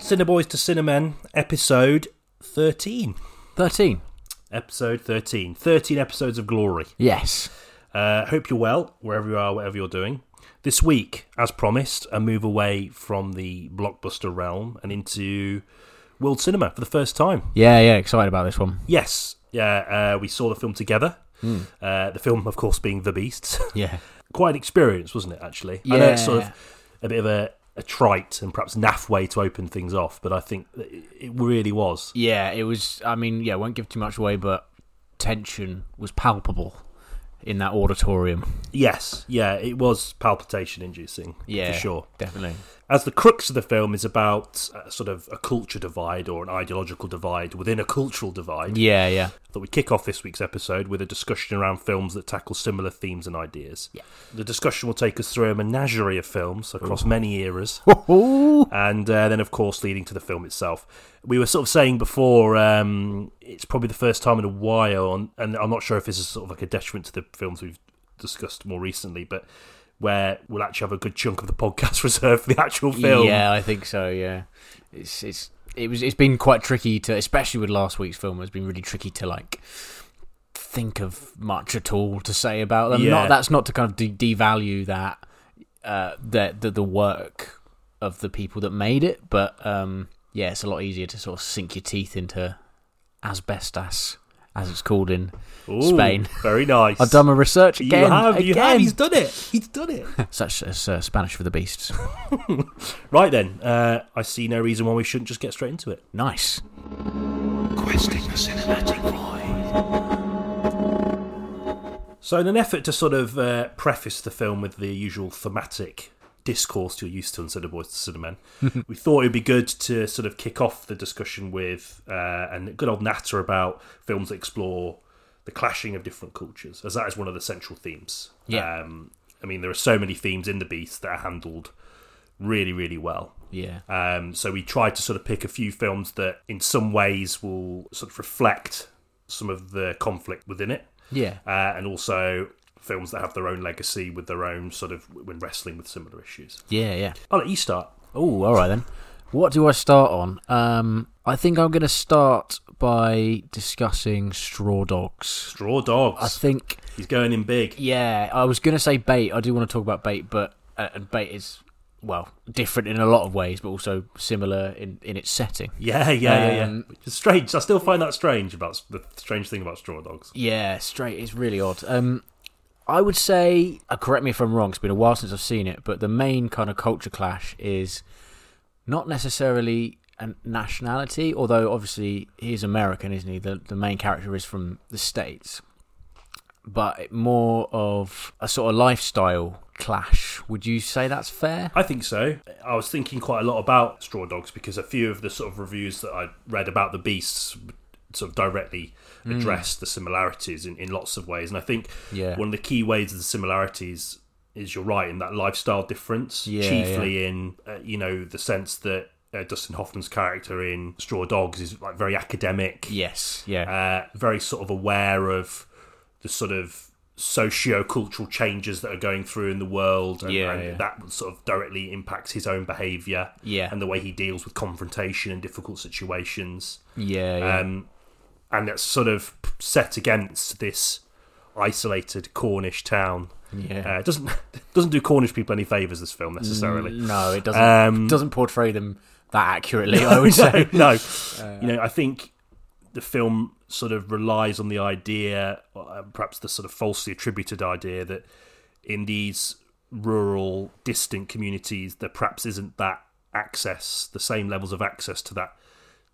Cineboys to Cinemen, episode 13. 13. Episode 13. 13 episodes of Glory. Yes. Uh, hope you're well, wherever you are, whatever you're doing. This week, as promised, a move away from the blockbuster realm and into world cinema for the first time. Yeah, yeah, excited about this one. Yes, yeah, uh, we saw the film together. Uh, the film, of course, being The Beasts. Yeah. Quite an experience, wasn't it, actually? I know it's sort Yeah. of a bit of a, a trite and perhaps naff way to open things off, but I think that it it really was. Yeah, it was, I mean, yeah, won't give too much away, but tension was palpable in that auditorium. Yes, yeah, it was palpitation inducing, Yeah. for sure. Definitely. As the crux of the film is about uh, sort of a culture divide or an ideological divide within a cultural divide, Yeah, yeah. that we kick off this week's episode with a discussion around films that tackle similar themes and ideas. Yeah. The discussion will take us through a menagerie of films across many eras, Ooh. and uh, then, of course, leading to the film itself. We were sort of saying before um, it's probably the first time in a while, and, and I'm not sure if this is sort of like a detriment to the films we've discussed more recently, but where we'll actually have a good chunk of the podcast reserved for the actual film. Yeah, I think so, yeah. It's, it's, it was, it's been quite tricky to, especially with last week's film, it's been really tricky to, like, think of much at all to say about them. Yeah. Not, that's not to kind of de- devalue that, uh, the, the, the work of the people that made it, but, um, yeah, it's a lot easier to sort of sink your teeth into asbestas, as it's called in. Ooh, Spain. Very nice. I've done my research again. You have, you have. again. He's done it. He's done it. Such as uh, Spanish for the Beasts. Right then, uh, I see no reason why we shouldn't just get straight into it. nice. Questing the cinematic void. So, in an effort to sort of uh, preface the film with the usual thematic discourse you're used to on Cinema Boys to Cinema Men, we thought it would be good to sort of kick off the discussion with uh, and good old natter about films that explore the clashing of different cultures, as that is one of the central themes. Yeah. Um, I mean, there are so many themes in The Beast that are handled really, really well. Yeah. Um, so we tried to sort of pick a few films that, in some ways, will sort of reflect some of the conflict within it, Yeah. uh, and also films that have their own legacy with their own sort of when wrestling with similar issues. Yeah, yeah. I'll let you start. Oh, all right then. What do I start on? Um, I think I'm going to start by discussing straw dogs. Straw I Dogs. think, He's going in big. yeah, I was going to say bait. I do want to talk about bait, but uh, and bait is well different in a lot of ways, but also similar in in its setting. Yeah, yeah, yeah, yeah. Um, Which is strange. I still find that strange about the strange thing about Straw Dogs. Yeah, straight. It's really odd. Um, I would say, uh, correct me if I'm wrong. It's been a while since I've seen it, but the main kind of culture clash is not necessarily a nationality, although obviously he's American, isn't he? The the main character is from the states, but it- more of a sort of lifestyle clash. Would you say that's fair? I think so. I was thinking quite a lot about Straw Dogs because a few of the sort of reviews that I read about the beasts sort of directly addressed the similarities in, in lots of ways. And I think Mm. Yeah. one of the key ways of the similarities is you're right in that lifestyle difference, Yeah, chiefly in, uh, you know, the sense that uh, Dustin Hoffman's character in Straw Dogs is like very academic Yes. Yeah. uh, very sort of aware of the sort of socio-cultural changes that are going through in the world and, Yeah, and yeah. that sort of directly impacts his own behavior Yeah. and the way he deals with confrontation and difficult situations yeah. Yeah. um, and that's sort of set against this isolated cornish town yeah. uh, it doesn't doesn't do cornish people any favors this film necessarily no, it doesn't. um, doesn't portray them that accurately. I would say. no, Uh, you know, I think the film sort of relies on the idea, uh, perhaps the sort of falsely attributed idea, that in these rural, distant communities, there perhaps isn't that access, the same levels of access to that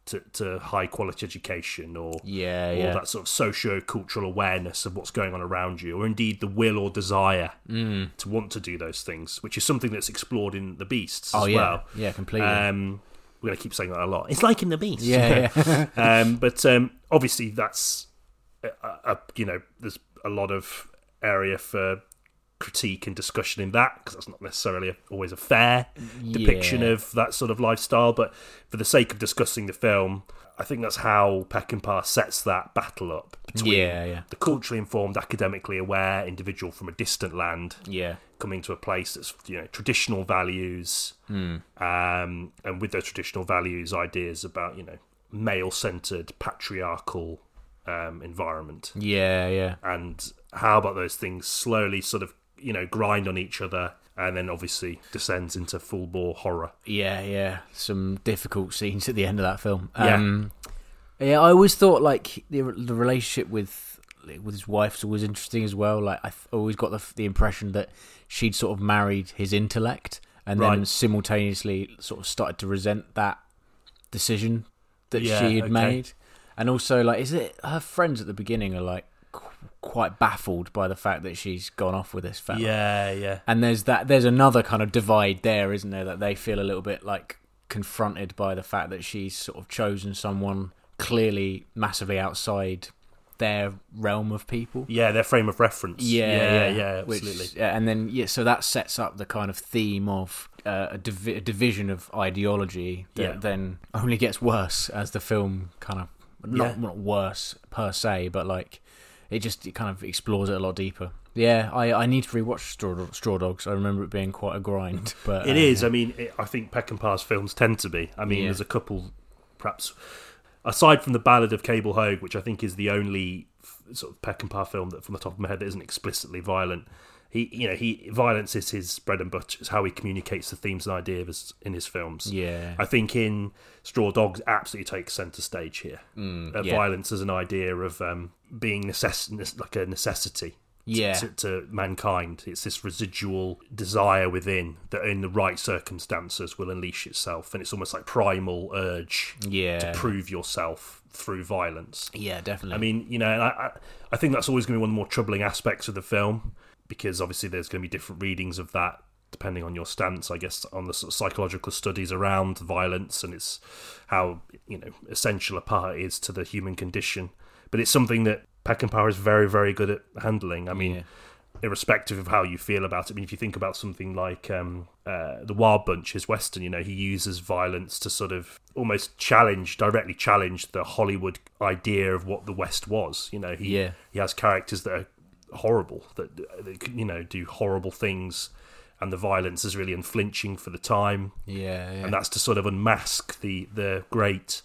to, to high quality education or Yeah. or Yeah. that sort of socio-cultural awareness of what's going on around you, or indeed the will or desire Mm. to want to do those things, which is something that's explored in the Beasts Oh as yeah, well. yeah, completely. Um, we're going to keep saying that a lot. It's like in the Beast. yeah, yeah, um, but um, obviously, that's a, a, you know, there's a lot of area for critique and discussion in that because that's not necessarily always a fair depiction Mm, Yeah. of that sort of lifestyle. But for the sake of discussing the film, I think that's how Peckinpah sets that battle up between yeah, yeah, the culturally informed, academically aware individual from a distant land yeah, coming to a place that's you know traditional values, um, and with those traditional values, ideas about you know male-centered patriarchal um, environment, Yeah, yeah. and how about those things slowly sort of you know grind on each other, and then obviously descends into full bore horror. Yeah, yeah. Some difficult scenes at the end of that film. Um, yeah. I always thought like the the relationship with with his wife was interesting as well. Like I th- always got the f- the impression that she'd sort of married his intellect and then Right. simultaneously sort of started to resent that decision that Yeah, she had okay. made. And also like is it her friends at the beginning are like qu- quite baffled by the fact that she's gone off with this fella. Yeah, yeah. And there's that there's another kind of divide there, isn't there? That they feel a little bit like confronted by the fact that she's sort of chosen someone clearly massively outside their realm of people. Yeah, their frame of reference. yeah, yeah, Which- absolutely. yeah, and then yeah, so that sets up the kind of theme of uh, a, divi- a division of ideology that Yeah. then only gets worse as the film kind of not, Yeah. not worse per se, but like it just it kind of explores it a lot deeper. Yeah, I, I need to rewatch Straw, Do- Straw Dogs. I remember it being quite a grind, but It uh, is. I mean, it, I think Peckinpah's films tend to be. I mean, Yeah. there's a couple, perhaps, aside from the Ballad of Cable Hogue, which I think is the only f- sort of Peckinpah film that, from the top of my head, that isn't explicitly violent. He, you know, he violence is his bread and butter. It's how he communicates the themes and ideas of his- in his films. Yeah, I think in Straw Dogs absolutely takes centre stage here. Uh, Mm, yeah. Violence as an idea of um, being necess- like a necessity yeah, to, to mankind. It's this residual desire within that, in the right circumstances, will unleash itself, and it's almost like primal urge yeah, to prove yourself through violence. yeah, definitely. I mean, you know, and I, I, I think that's always going to be one of the more troubling aspects of the film because obviously there's going to be different readings of that depending on your stance, I guess, on the sort of psychological studies around violence and it's how you know essential a part it is to the human condition. But it's something that Peckinpah is very, very good at handling. I mean, Yeah. irrespective of how you feel about it. I mean, if you think about something like um, uh, the Wild Bunch, his western, you know, he uses violence to sort of almost challenge, directly challenge the Hollywood idea of what the West was. You know, he Yeah. he has characters that are horrible, that, that you know do horrible things, and the violence is really unflinching for the time yeah, yeah. and that's to sort of unmask the the great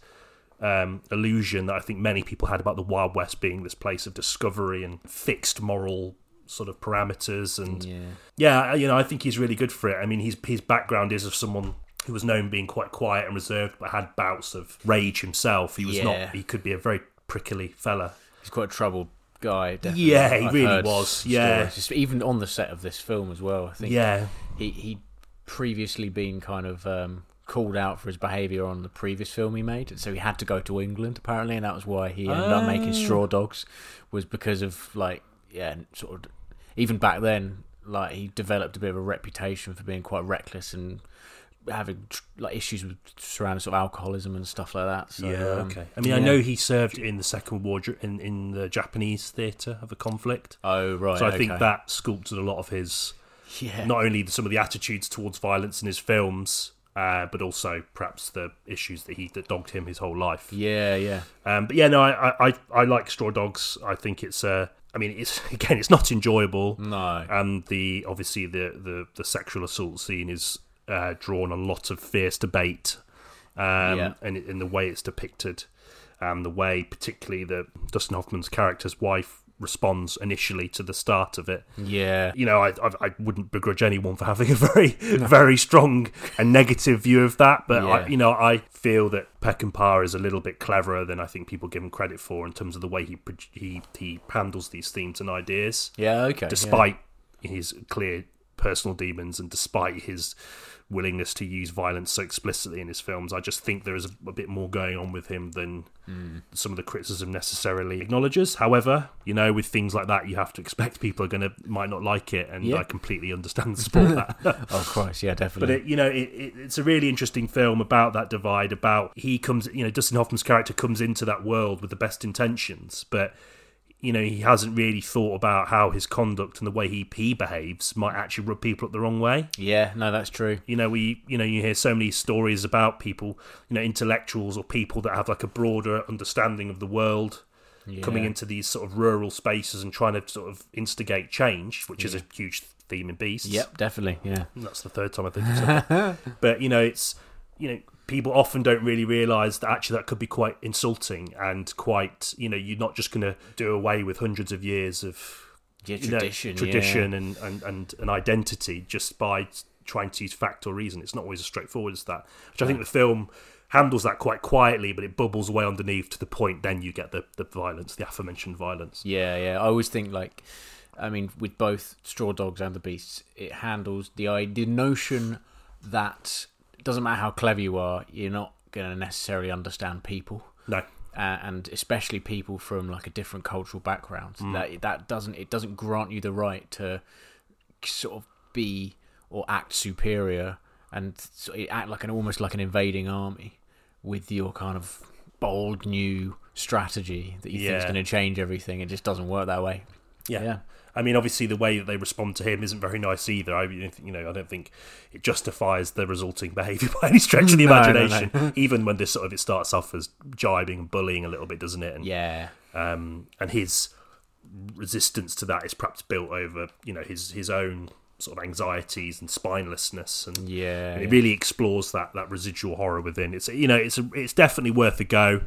um, illusion that I think many people had about the Wild West being this place of discovery and fixed moral sort of parameters and yeah, yeah, you know, I think he's really good for it. I mean, his his background is of someone who was known being quite quiet and reserved, but had bouts of rage himself. He was Yeah. not. He could be a very prickly fella. he's quite a troubled guy. Definitely. Yeah, he really heard was, s- yeah. stories, just even on the set of this film as well. I think. Yeah, he he previously been kind of um, called out for his behaviour on the previous film he made, and so he had to go to England apparently, and that was why he ended up Oh. making Straw Dogs, was because of like yeah, sort of even back then, like he developed a bit of a reputation for being quite reckless and having tr- like issues with surrounding sort of alcoholism and stuff like that. So, um, I mean, I yeah. know he served in the Second War dr- in in the Japanese theatre of the conflict, Oh right, so I think okay. that sculpted a lot of his yeah, not only some of the attitudes towards violence in his films, uh, but also perhaps the issues that he that dogged him his whole life. yeah, yeah, Um, but yeah, no, I, I- I I like Straw Dogs. I think it's uh, I mean, it's again, it's not enjoyable, no, and the obviously the the, the sexual assault scene is uh, drawn on lots of fierce debate, um, Yeah. and in the way it's depicted, um, the way particularly the Dustin Hoffman's character's wife responds initially to the start of it yeah, you know, I, I, I wouldn't begrudge anyone for having a very, very strong and negative view of that. But Yeah. I, you know, I feel that Peckinpah is a little bit cleverer than I think people give him credit for in terms of the way he pro- he he handles these themes and ideas, yeah. Okay, yeah. despite his clear personal demons and despite his willingness to use violence so explicitly in his films. I just think there is a, a bit more going on with him than Hmm. some of the criticism necessarily acknowledges. However, you know, with things like that, you have to expect people are going to might not like it, and Yeah. I completely understand and support that. Oh Christ, yeah, definitely. But it, you know, it, it, it's a really interesting film about that divide. About he comes, you know, Dustin Hoffman's character comes into that world with the best intentions, but you know, he hasn't really thought about how his conduct and the way he he behaves might actually rub people up the wrong way. yeah, no, that's true. You know, we you know you hear so many stories about people, you know, intellectuals or people that have like a broader understanding of the world coming Yeah. into these sort of rural spaces and trying to sort of instigate change, which is a huge theme in Beasts. Yep, definitely. Yeah. And that's the third time I think. I've said that. but you know, it's you know, people often don't really realise that actually that could be quite insulting and quite you know, you're not just going to do away with hundreds of years of Yeah, you know, tradition, tradition and, and, and an identity just by trying to use fact or reason. It's not always as straightforward as that. Which I think the film handles that quite quietly, but it bubbles away underneath to the point. Then you get the, the violence, the aforementioned violence. Yeah, yeah. I always think like, I mean, with both Straw Dogs and the Beasts, it handles the i- the notion that it doesn't matter how clever you are, you're not going to necessarily understand people, No, uh, and especially people from like a different cultural background. That that doesn't it doesn't grant you the right to sort of be or act superior and so it act like an almost like an invading army with your kind of bold new strategy that you think is Yeah. going to change everything. It just doesn't work that way. Yeah. Yeah. I mean, obviously, the way that they respond to him isn't very nice either. I, mean, you know, I don't think it justifies the resulting behaviour by any stretch of the No, no, no. imagination. Even when this sort of it starts off as jibing and bullying a little bit, doesn't it? And, Yeah. um, and his resistance to that is perhaps built over, you know, his his own sort of anxieties and spinelessness, and Yeah. it really explores that that residual horror within. It's you know, it's a, it's definitely worth a go,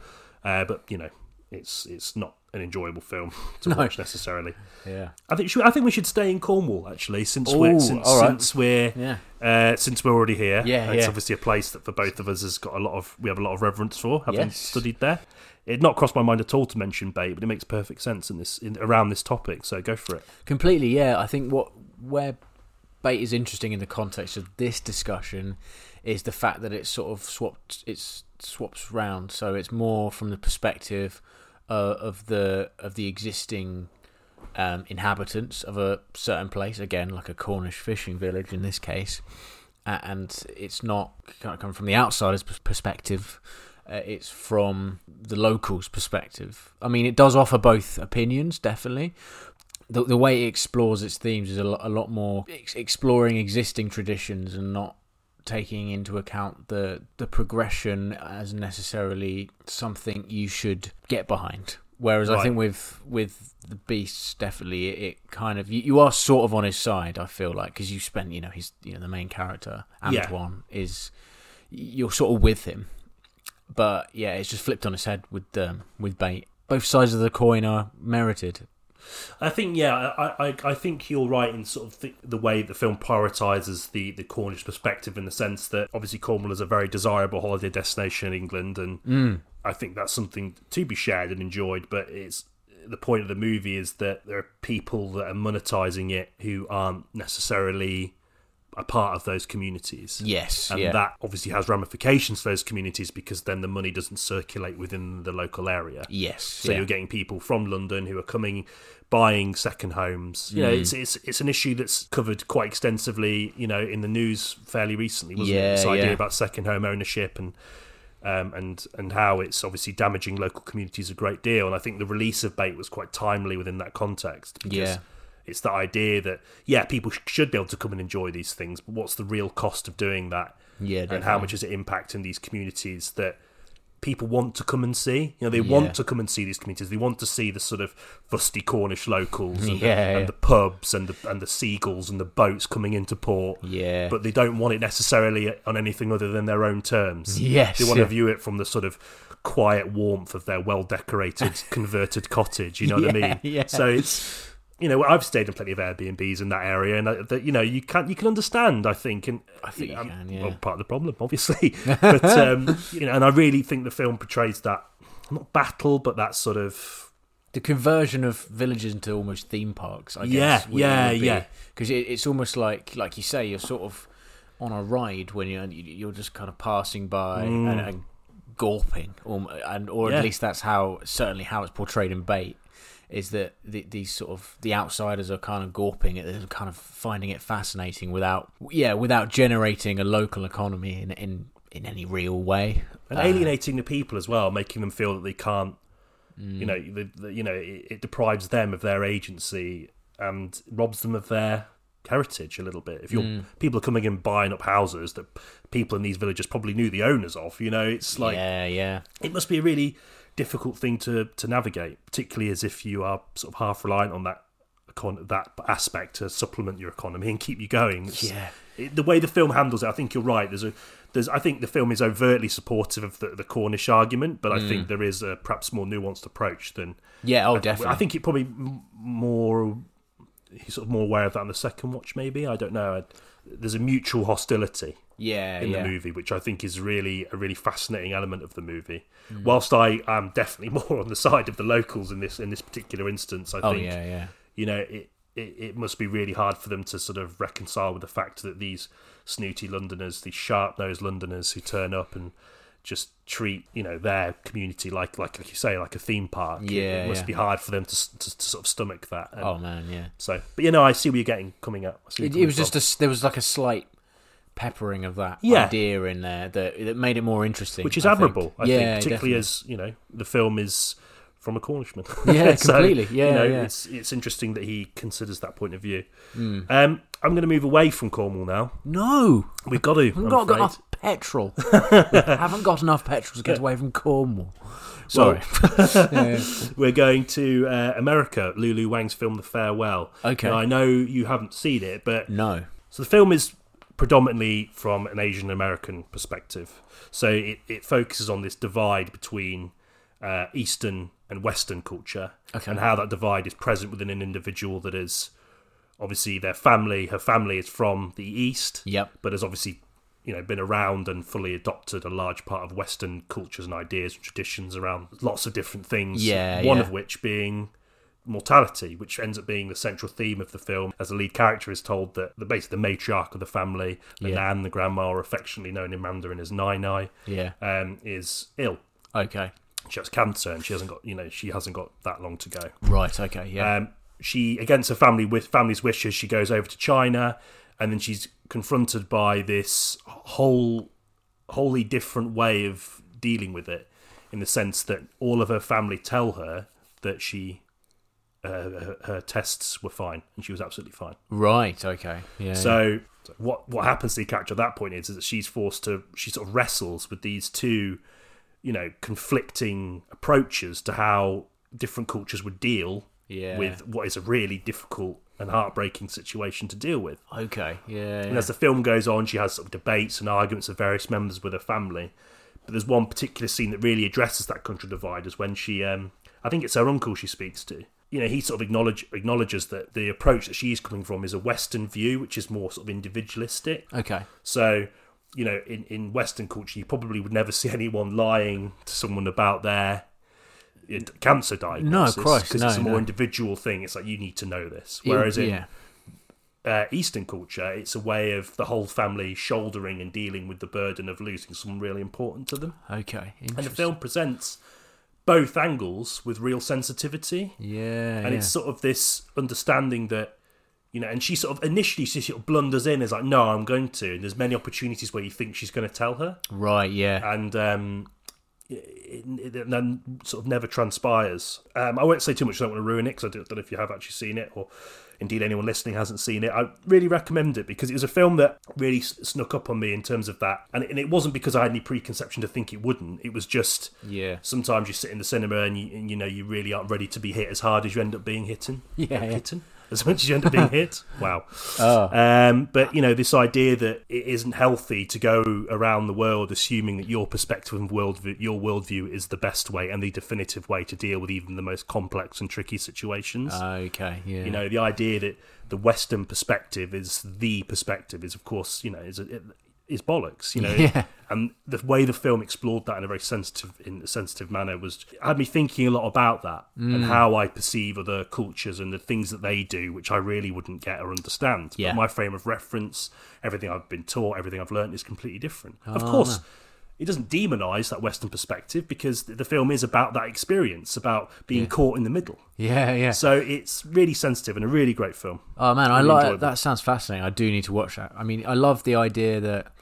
uh, but you know, it's it's not an enjoyable film to watch necessarily. yeah. I think should, I think we should stay in Cornwall actually, since Ooh, we're since, all right. since we're Yeah. uh, since we're already here. Yeah, it's yeah. obviously a place that for both of us has got a lot of we have a lot of reverence for, having Yes. studied there. It not crossed my mind at all to mention Bay, but it makes perfect sense in this in, around this topic. So go for it. Completely, yeah. I think what where bait is interesting in the context of this discussion is the fact that it's sort of swapped it's swaps round, so it's more from the perspective uh, of the of the existing um, inhabitants of a certain place, again like a Cornish fishing village in this case, uh, and it's not kind of come from the outsider's pers- perspective. Uh, it's from the locals' perspective. I mean, it does offer both opinions, definitely, the, the way it explores its themes is a lot, a lot more ex- exploring existing traditions and not taking into account the the progression as necessarily something you should get behind whereas i Right. think with with the beasts definitely it, it kind of you, you are sort of on his side i feel like because you spent you know he's you know the main character Yeah. antoine is you're sort of with him but yeah it's just flipped on its head with um, with bait both sides of the coin are merited I think yeah, I, I, I think you're right in sort of the, the way the film prioritises the, the Cornish perspective in the sense that obviously Cornwall is a very desirable holiday destination in England, and Mm. I think that's something to be shared and enjoyed. But it's the point of the movie is that there are people that are monetising it who aren't necessarily a part of those communities. Yes, And yeah. that obviously has ramifications for those communities because then the money doesn't circulate within the local area. yes. So yeah. you're getting people from London who are coming, buying second homes. You know, Mm. it's it's it's an issue that's covered quite extensively. You know, in the news fairly recently, wasn't Yeah, it? This idea yeah. about second home ownership and. Um, and and how it's obviously damaging local communities a great deal, and I think the release of Bait was quite timely within that context. Because Yeah. it's the idea that yeah, people sh- should be able to come and enjoy these things, but what's the real cost of doing that? Yeah, and how definitely. much is it impacting these communities that people want to come and see. You know, they want to come and see these communities. They want to see the sort of fusty Cornish locals Yeah, and, the, yeah. and the pubs and the and the seagulls and the boats coming into port. Yeah. But they don't want it necessarily on anything other than their own terms. Yes, They want to yeah. view it from the sort of quiet warmth of their well decorated converted cottage, you know what Yeah, I mean? yeah. So it's you know, I've stayed in plenty of Airbnbs in that area, and I, that you know, you can you can understand. I think, and I think you can, yeah. well, part of the problem, obviously. but um, you know, and I really think the film portrays that not battle, but that sort of the conversion of villages into almost theme parks. I Yeah, guess. yeah, yeah. Because it, it's almost like, like you say, you're sort of on a ride when you're you're just kind of passing by and, and gawping, or, and or Mm. Yeah. at least that's how certainly how it's portrayed in Bait. Is that the, these sort of the outsiders are kind of gawping at this, kind of finding it fascinating without, yeah, without generating a local economy in in, in any real way. and alienating the people as well, making them feel that they can't. You know, the, the, you know, it, it deprives them of their agency and robs them of their heritage a little bit. If you're people are coming in buying up houses that people in these villages probably knew the owners of, you know, it's like yeah, yeah. it must be a really difficult thing to to navigate, particularly as if you are sort of half reliant on that econ- that aspect to supplement your economy and keep you going. It's- Yeah. it- the way the film handles it, I think you're right. There's a there's I think the film is overtly supportive of the, the Cornish argument, but I Mm. think there is a perhaps more nuanced approach than Yeah, oh, definitely. I think it probably m- more he's sort of more aware of that on the second watch. Maybe I don't know. I- There's a mutual hostility yeah, in yeah. the movie, which I think is really a really fascinating element of the movie. Mm. Whilst I am definitely more on the side of the locals in this in this particular instance, I Oh, think yeah, yeah. you know it, it it must be really hard for them to sort of reconcile with the fact that these snooty Londoners, these sharp nosed Londoners who turn up and just treat you know their community like like like you say like a theme park. It- it, Yeah, must yeah. be hard for them to, s- to, to sort of stomach that. And Oh man, yeah. So, but you know, I see where you're getting coming up. I see where It, you're it was coming just a, s- there was like a slight peppering of that Yeah. idea in there that that made it more interesting, which is I think. admirable, I yeah, think, particularly definitely. as you know the film is from a Cornishman. Yeah, completely. you Yeah, know, yeah. it's it's interesting that he considers that point of view. Mm. Um, I'm going to move away from Cornwall now. no, We've got to. we I'm haven't got, got afraid. enough petrol. We haven't got enough petrol to get away from Cornwall. Sorry. We're going to uh, America. Lulu Wang's film, The Farewell. Okay. Now, I know you haven't seen it, but no. So the film is predominantly from an Asian American perspective. So it, it focuses on this divide between uh, Eastern and Western culture Okay. and how that divide is present within an individual that is obviously their family, her family is from the East, Yep. but has obviously you know been around and fully adopted a large part of Western cultures and ideas and traditions around lots of different things. Yeah, one yeah. of which being mortality, which ends up being the central theme of the film. As the lead character is told that the basically the matriarch of the family, the Yeah. nan, the grandma, or affectionately known in Mandarin as Nai Nai, Yeah. um, is ill. Okay. She has cancer, and she hasn't got you know she hasn't got that long to go. Right. Okay. Yeah. Um, she, against her family with family's wishes, she goes over to China, and then she's confronted by this whole, wholly different way of dealing with it, in the sense that all of her family tell her that she, uh, her, her tests were fine, and she was absolutely fine. right. Okay. Yeah. So what what happens to the character at that point is, is that she's forced to she sort of wrestles with these two, you know, conflicting approaches to how different cultures would deal Yeah. with what is a really difficult and heartbreaking situation to deal with. yeah. Okay. Yeah. And yeah. as the film goes on, she has sort of debates and arguments of various members with her family. But there's one particular scene that really addresses that country divide is when she, um, I think it's her uncle she speaks to. You know, he sort of acknowledge, acknowledges that the approach that she's coming from is a Western view, which is more sort of individualistic. Okay. So, you know, in, in Western culture, you probably would never see anyone lying to someone about their uh, cancer diagnosis. Christ, Because no, it's a more no. individual thing. It's like, you need to know this. Whereas in yeah. uh, Eastern culture, it's a way of the whole family shouldering and dealing with the burden of losing someone really important to them. Okay. And the Interesting. film presents both angles with real sensitivity. Yeah. And yeah. it's sort of this understanding that, you know, and she sort of initially she sort of blunders in, is like, no, I'm going to. And there's many opportunities where you think she's going to tell her. right. Yeah. And, um, it, it, it then sort of never transpires. Um, I won't say too much. I don't want to ruin it because I don't, don't know if you have actually seen it or indeed anyone listening hasn't seen it. I really recommend it because it was a film that really s- snuck up on me in terms of that. And, and it wasn't because I had any preconception to think it wouldn't. It was just yeah. sometimes you sit in the cinema and you, and you know you really aren't ready to be hit as hard as you end up being hitting. Yeah, yeah. hitting. As much as you end up being hit, wow. Oh. Um, but you know this idea that it isn't healthy to go around the world assuming that your perspective and worldview, your worldview, is the best way and the definitive way to deal with even the most complex and tricky situations. Okay. Yeah. You know, the idea that the Western perspective is the perspective is, of course, you know, is it is bollocks. You know, Yeah. and the way the film explored that in a very sensitive, in a sensitive manner, was had me thinking a lot about that Mm. and how I perceive other cultures and the things that they do, which I really wouldn't get or understand. Yeah. But my frame of reference, everything I've been taught, everything I've learned is completely different. of Ah. course. It doesn't demonize that Western perspective because the the film is about that experience, about being caught in the middle. Yeah. Yeah. So it's really sensitive and a really great film. Oh man, I really like enjoyable. that. Sounds fascinating. I do need to watch that. I mean, I love the idea that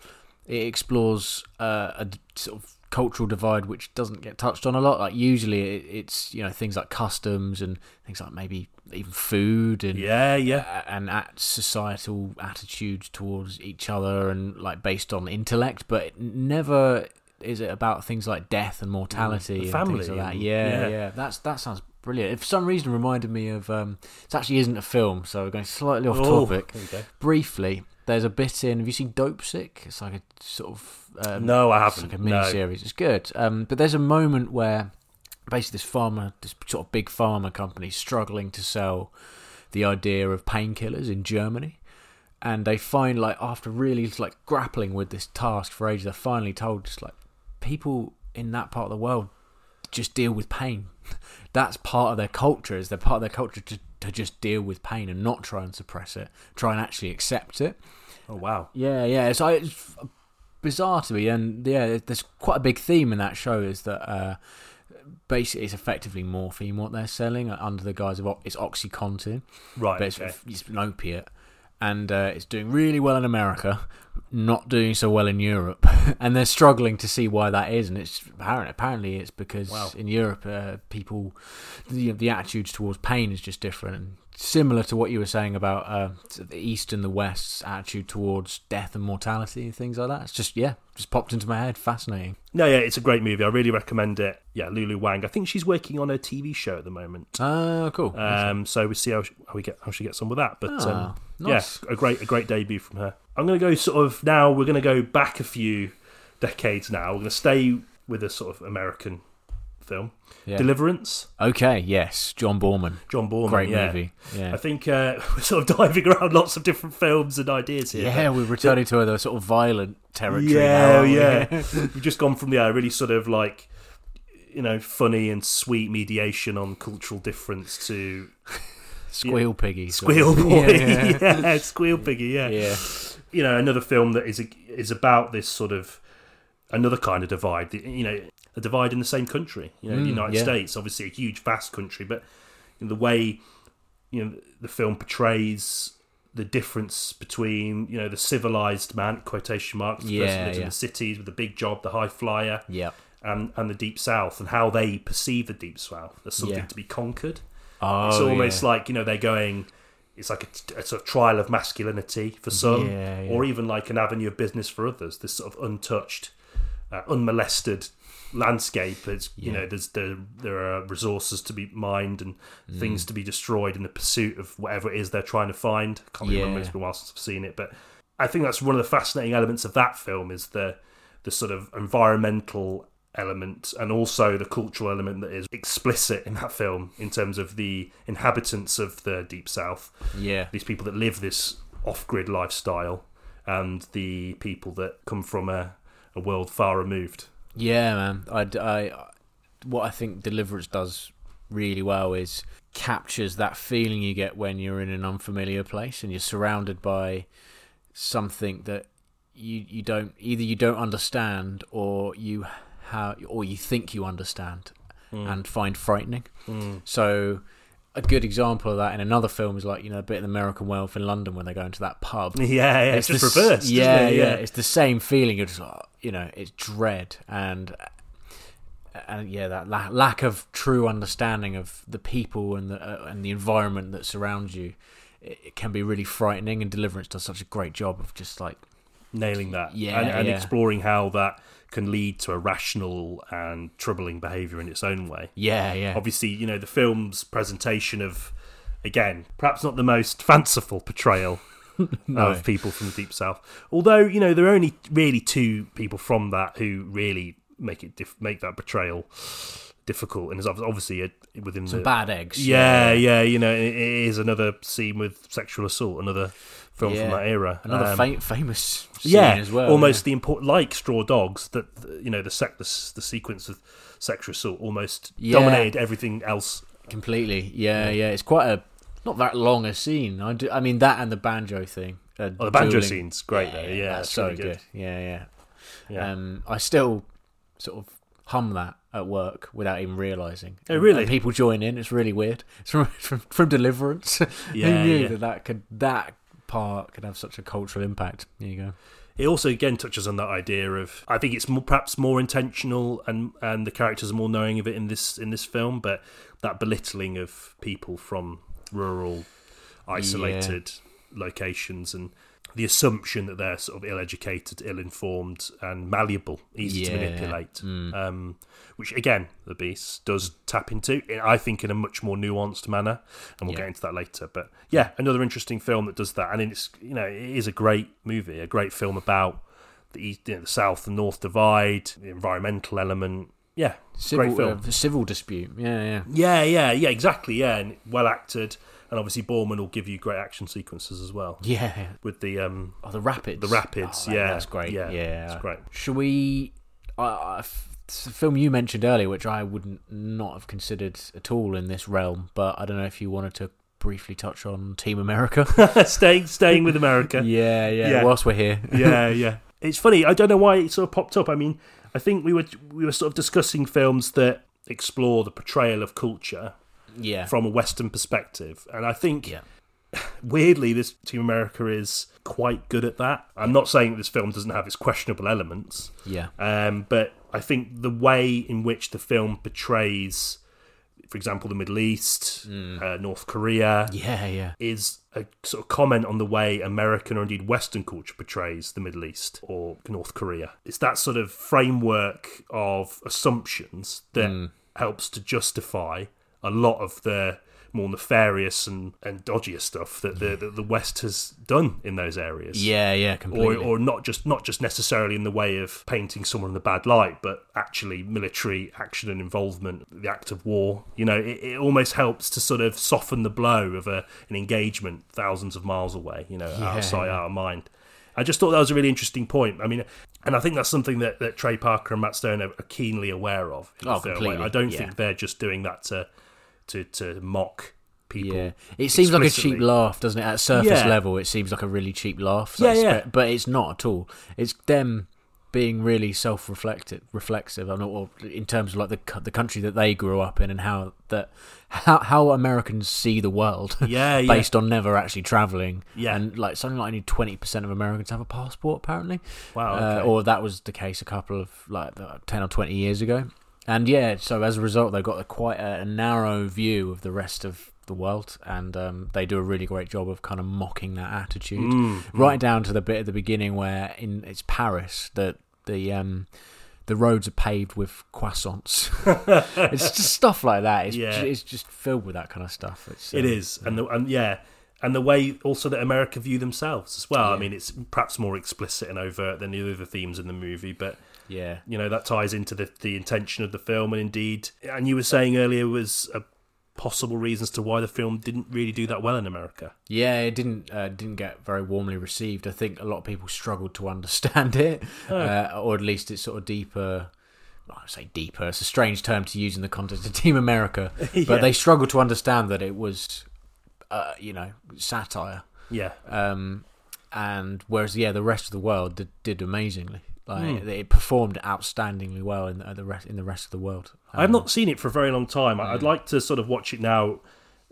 it explores uh, a d- sort of cultural divide which doesn't get touched on a lot. Like usually, it, it's you know things like customs and things like maybe even food and Yeah, yeah. a- and at societal attitudes towards each other and like based on intellect, but it never is it about things like death and mortality Mm, the and family things like that. and- Yeah, yeah. yeah, That's that sounds Brilliant. It, for some reason, reminded me of. Um, it actually isn't a film, so we're going slightly off Oh, topic. there you go. Briefly, there's a bit in. Have you seen Dope Sick? It's like a sort of. Um, No, I It's haven't. like a mini no. series. It's good. Um, but there's a moment where basically this farmer, this sort of big pharma company, is struggling to sell the idea of painkillers in Germany. And they find like after really like grappling with this task for ages, they're finally told just like people in that part of the world just deal with pain. That's part of their culture. Is they're part of their culture to to just deal with pain and not try and suppress it, try and actually accept it. Oh wow. Yeah, yeah. So it's bizarre to me, and yeah, there's quite a big theme in that show is that uh, basically it's effectively morphine what they're selling uh, under the guise of o- it's OxyContin, Right. but it's, Okay. it's an opiate, and uh, it's doing really well in America, not doing so well in Europe, and they're struggling to see why that is, and it's apparent. Apparently, it's because Wow. in Europe, uh, people the, the attitudes towards pain is just different. And similar to what you were saying about uh, to the East and the West's attitude towards death and mortality and things like that. It's just, yeah, just popped into my head. Fascinating. No, yeah, it's a great movie. I really recommend it. Yeah, Lulu Wang. I think she's working on a TV show at the moment. Oh, cool. Um, so we see how she, how we get how she gets on with that. But um, Ah, nice. yeah, a great a great debut from her. I'm going to go sort of now. We're going to go back a few decades. Now we're going to stay with a sort of American film, Yeah. Deliverance. okay, yes. John Borman. John Borman. Great yeah. movie. Yeah. I think uh, we're sort of diving around lots of different films and ideas here. yeah, but- we're returning to the sort of violent territory. now, yeah, aren't we? yeah. We've just gone from the uh, really sort of like you know funny and sweet mediation on cultural difference to Squeal piggy. sort squeal of. boy, Yeah, yeah, squeal piggy, yeah. yeah. You know, another film that is is about this sort of another kind of divide. You know, a divide in the same country. You know, the Mm, United yeah. States, obviously a huge, vast country, but in the way you know the film portrays the difference between you know the civilized man quotation marks the person Yeah, who lives in yeah. the cities with the big job, the high flyer, Yep. and and the deep south, and how they perceive the deep south as something Yeah. to be conquered Oh, it's almost yeah. like you know they're going it's like a, a sort of trial of masculinity for some Yeah, yeah. or even like an avenue of business for others this sort of untouched uh, unmolested landscape it's you Yeah. know there's there, there are resources to be mined and Mm. things to be destroyed in the pursuit of whatever it is they're trying to find I can't remember Yeah. it's been a while since I've seen it but I think that's one of the fascinating elements of that film is the the sort of environmental element and also the cultural element that is explicit in that film in terms of the inhabitants of the deep south yeah. these people that live this off-grid lifestyle and the people that come from a, a world far removed Yeah, man. I, I, what I think Deliverance does really well is captures that feeling you get when you're in an unfamiliar place and you're surrounded by something that you you don't either you don't understand or you ha- or you think you understand and find frightening. So a good example of that in another film is like you know a bit in the American Wealth in London when they go into that pub yeah yeah it's, just the s- reversed isn't Yeah, it? yeah, It's the same feeling. You're just like, you know, it's dread and and yeah, that la- lack of true understanding of the people and the uh, and the environment that surrounds you. It, it can be really frightening, and Deliverance does such a great job of just like nailing that Yeah, and, and yeah. exploring how that can lead to irrational and troubling behavior in its own way yeah, yeah, obviously you know the film's presentation of again perhaps not the most fanciful portrayal of people from the deep south although you know there are only really two people from that who really make it dif- make that portrayal difficult and it's ob- obviously a, within some the bad eggs. yeah yeah you know it, it is another scene with sexual assault another film Yeah. from that era another Um, fam- famous scene yeah, as well. Almost the important, like Straw Dogs, that th- you know the sec, the, s- the sequence of sexual assault almost Yeah. dominated everything else. yeah, completely. Yeah, yeah, It's quite a not that long a scene. I do. I mean that and the banjo thing. uh, Oh, the banjo dueling. scene's great though. Yeah, that's it's so really good. Yeah, yeah. Yeah. Um, I still sort of hum that at work without even realizing. Oh, really? And people join in. It's really weird. It's from from, from Deliverance. Yeah, Who knew yeah. that that could that part could have such a cultural impact? There you go. It also again touches on that idea of I think it's more, perhaps more intentional and and the characters are more knowing of it in this in this film, but that belittling of people from rural, isolated locations and the assumption that they're sort of ill-educated, ill-informed, and malleable, easy to Yeah. Mm. manipulate. Um, which again, the Beast does tap into. and I think in a much more nuanced manner, and we'll Yeah. get into that later. But yeah, another interesting film that does that, and it's you know it is a great movie, a great film about the east, you know, the South and North divide, the environmental element. Yeah, Civil, great film. uh, civil dispute. Yeah, yeah. Yeah, yeah, yeah, exactly. Yeah, and well acted, and obviously Borman will give you great action sequences as well Yeah. with the um Oh, the rapids. the rapids. Oh, that- yeah, That's great. Yeah. yeah, it's great. Should we. I I- f- it's a film you mentioned earlier, which I would not have considered at all in this realm, but I don't know if you wanted to briefly touch on Team America. staying staying with America. yeah, yeah, Yeah. Whilst we're here. yeah, yeah. It's funny. I don't know why it sort of popped up. I mean, I think we were we were sort of discussing films that explore the portrayal of culture yeah. from a Western perspective, and I think Yeah. weirdly, this Team America is quite good at that. I'm not saying that this film doesn't have its questionable elements, yeah. um, but I think the way in which the film portrays, for example, the Middle East, uh, North Korea, Yeah, yeah. is a sort of comment on the way American or indeed Western culture portrays the Middle East or North Korea. It's that sort of framework of assumptions that helps to justify a lot of the more nefarious and, and dodgier stuff that the, that the West has done in those areas. Yeah, yeah, Or, completely. or not just not just necessarily in the way of painting someone in a bad light, but actually military action and involvement, the act of war. You know, it, it almost helps to sort of soften the blow of a, an engagement thousands of miles away. You know, out Yeah. of sight, out of mind. I just thought that was a really interesting point. I mean, and I think that's something that, that Trey Parker and Matt Stone are are keenly aware of. in the Oh, film. completely, I don't yeah. think they're just doing that to to to mock people. yeah. It seems like a cheap explicitly. laugh, doesn't it? At surface Yeah. level, it seems like a really cheap laugh. Yeah, it's- yeah. But, but it's not at all. It's them being really self-reflective, reflexive, and or in terms of like the co- the country that they grew up in and how that how how Americans see the world. Yeah, yeah. based on never actually traveling. Yeah. And like something like only twenty percent of Americans have a passport apparently. Wow, Uh, okay. or that was the case a couple of like uh, ten or twenty years ago. And yeah, so as a result, they've got a quite a, a narrow view of the rest of the world, and um, they do a really great job of kind of mocking that attitude, Mm, right down to the bit at the beginning where in it's Paris that the um, the roads are paved with croissants. it's just stuff like that. It's, Yeah. it's just filled with that kind of stuff. It's, It um, is, and the, and yeah, and the way also that America view themselves as well. I mean, it's perhaps more explicit and overt than the other themes in the movie, but Yeah. you know that ties into the the intention of the film, and indeed, and you were saying earlier was a possible reasons to why the film didn't really do that well in America. Yeah, it didn't uh, didn't get very warmly received. I think a lot of people struggled to understand it, Oh. uh, or at least it's sort of deeper. well, I say deeper. It's a strange term to use in the context of Team America, Yeah. but they struggled to understand that it was, uh, you know, satire. Yeah, Um, and whereas, yeah, the rest of the world did, did amazingly. Like Hmm. it performed outstandingly well in the, uh, the rest in the rest of the world. Um, I've not seen it for a very long time. I I'd like to sort of watch it now.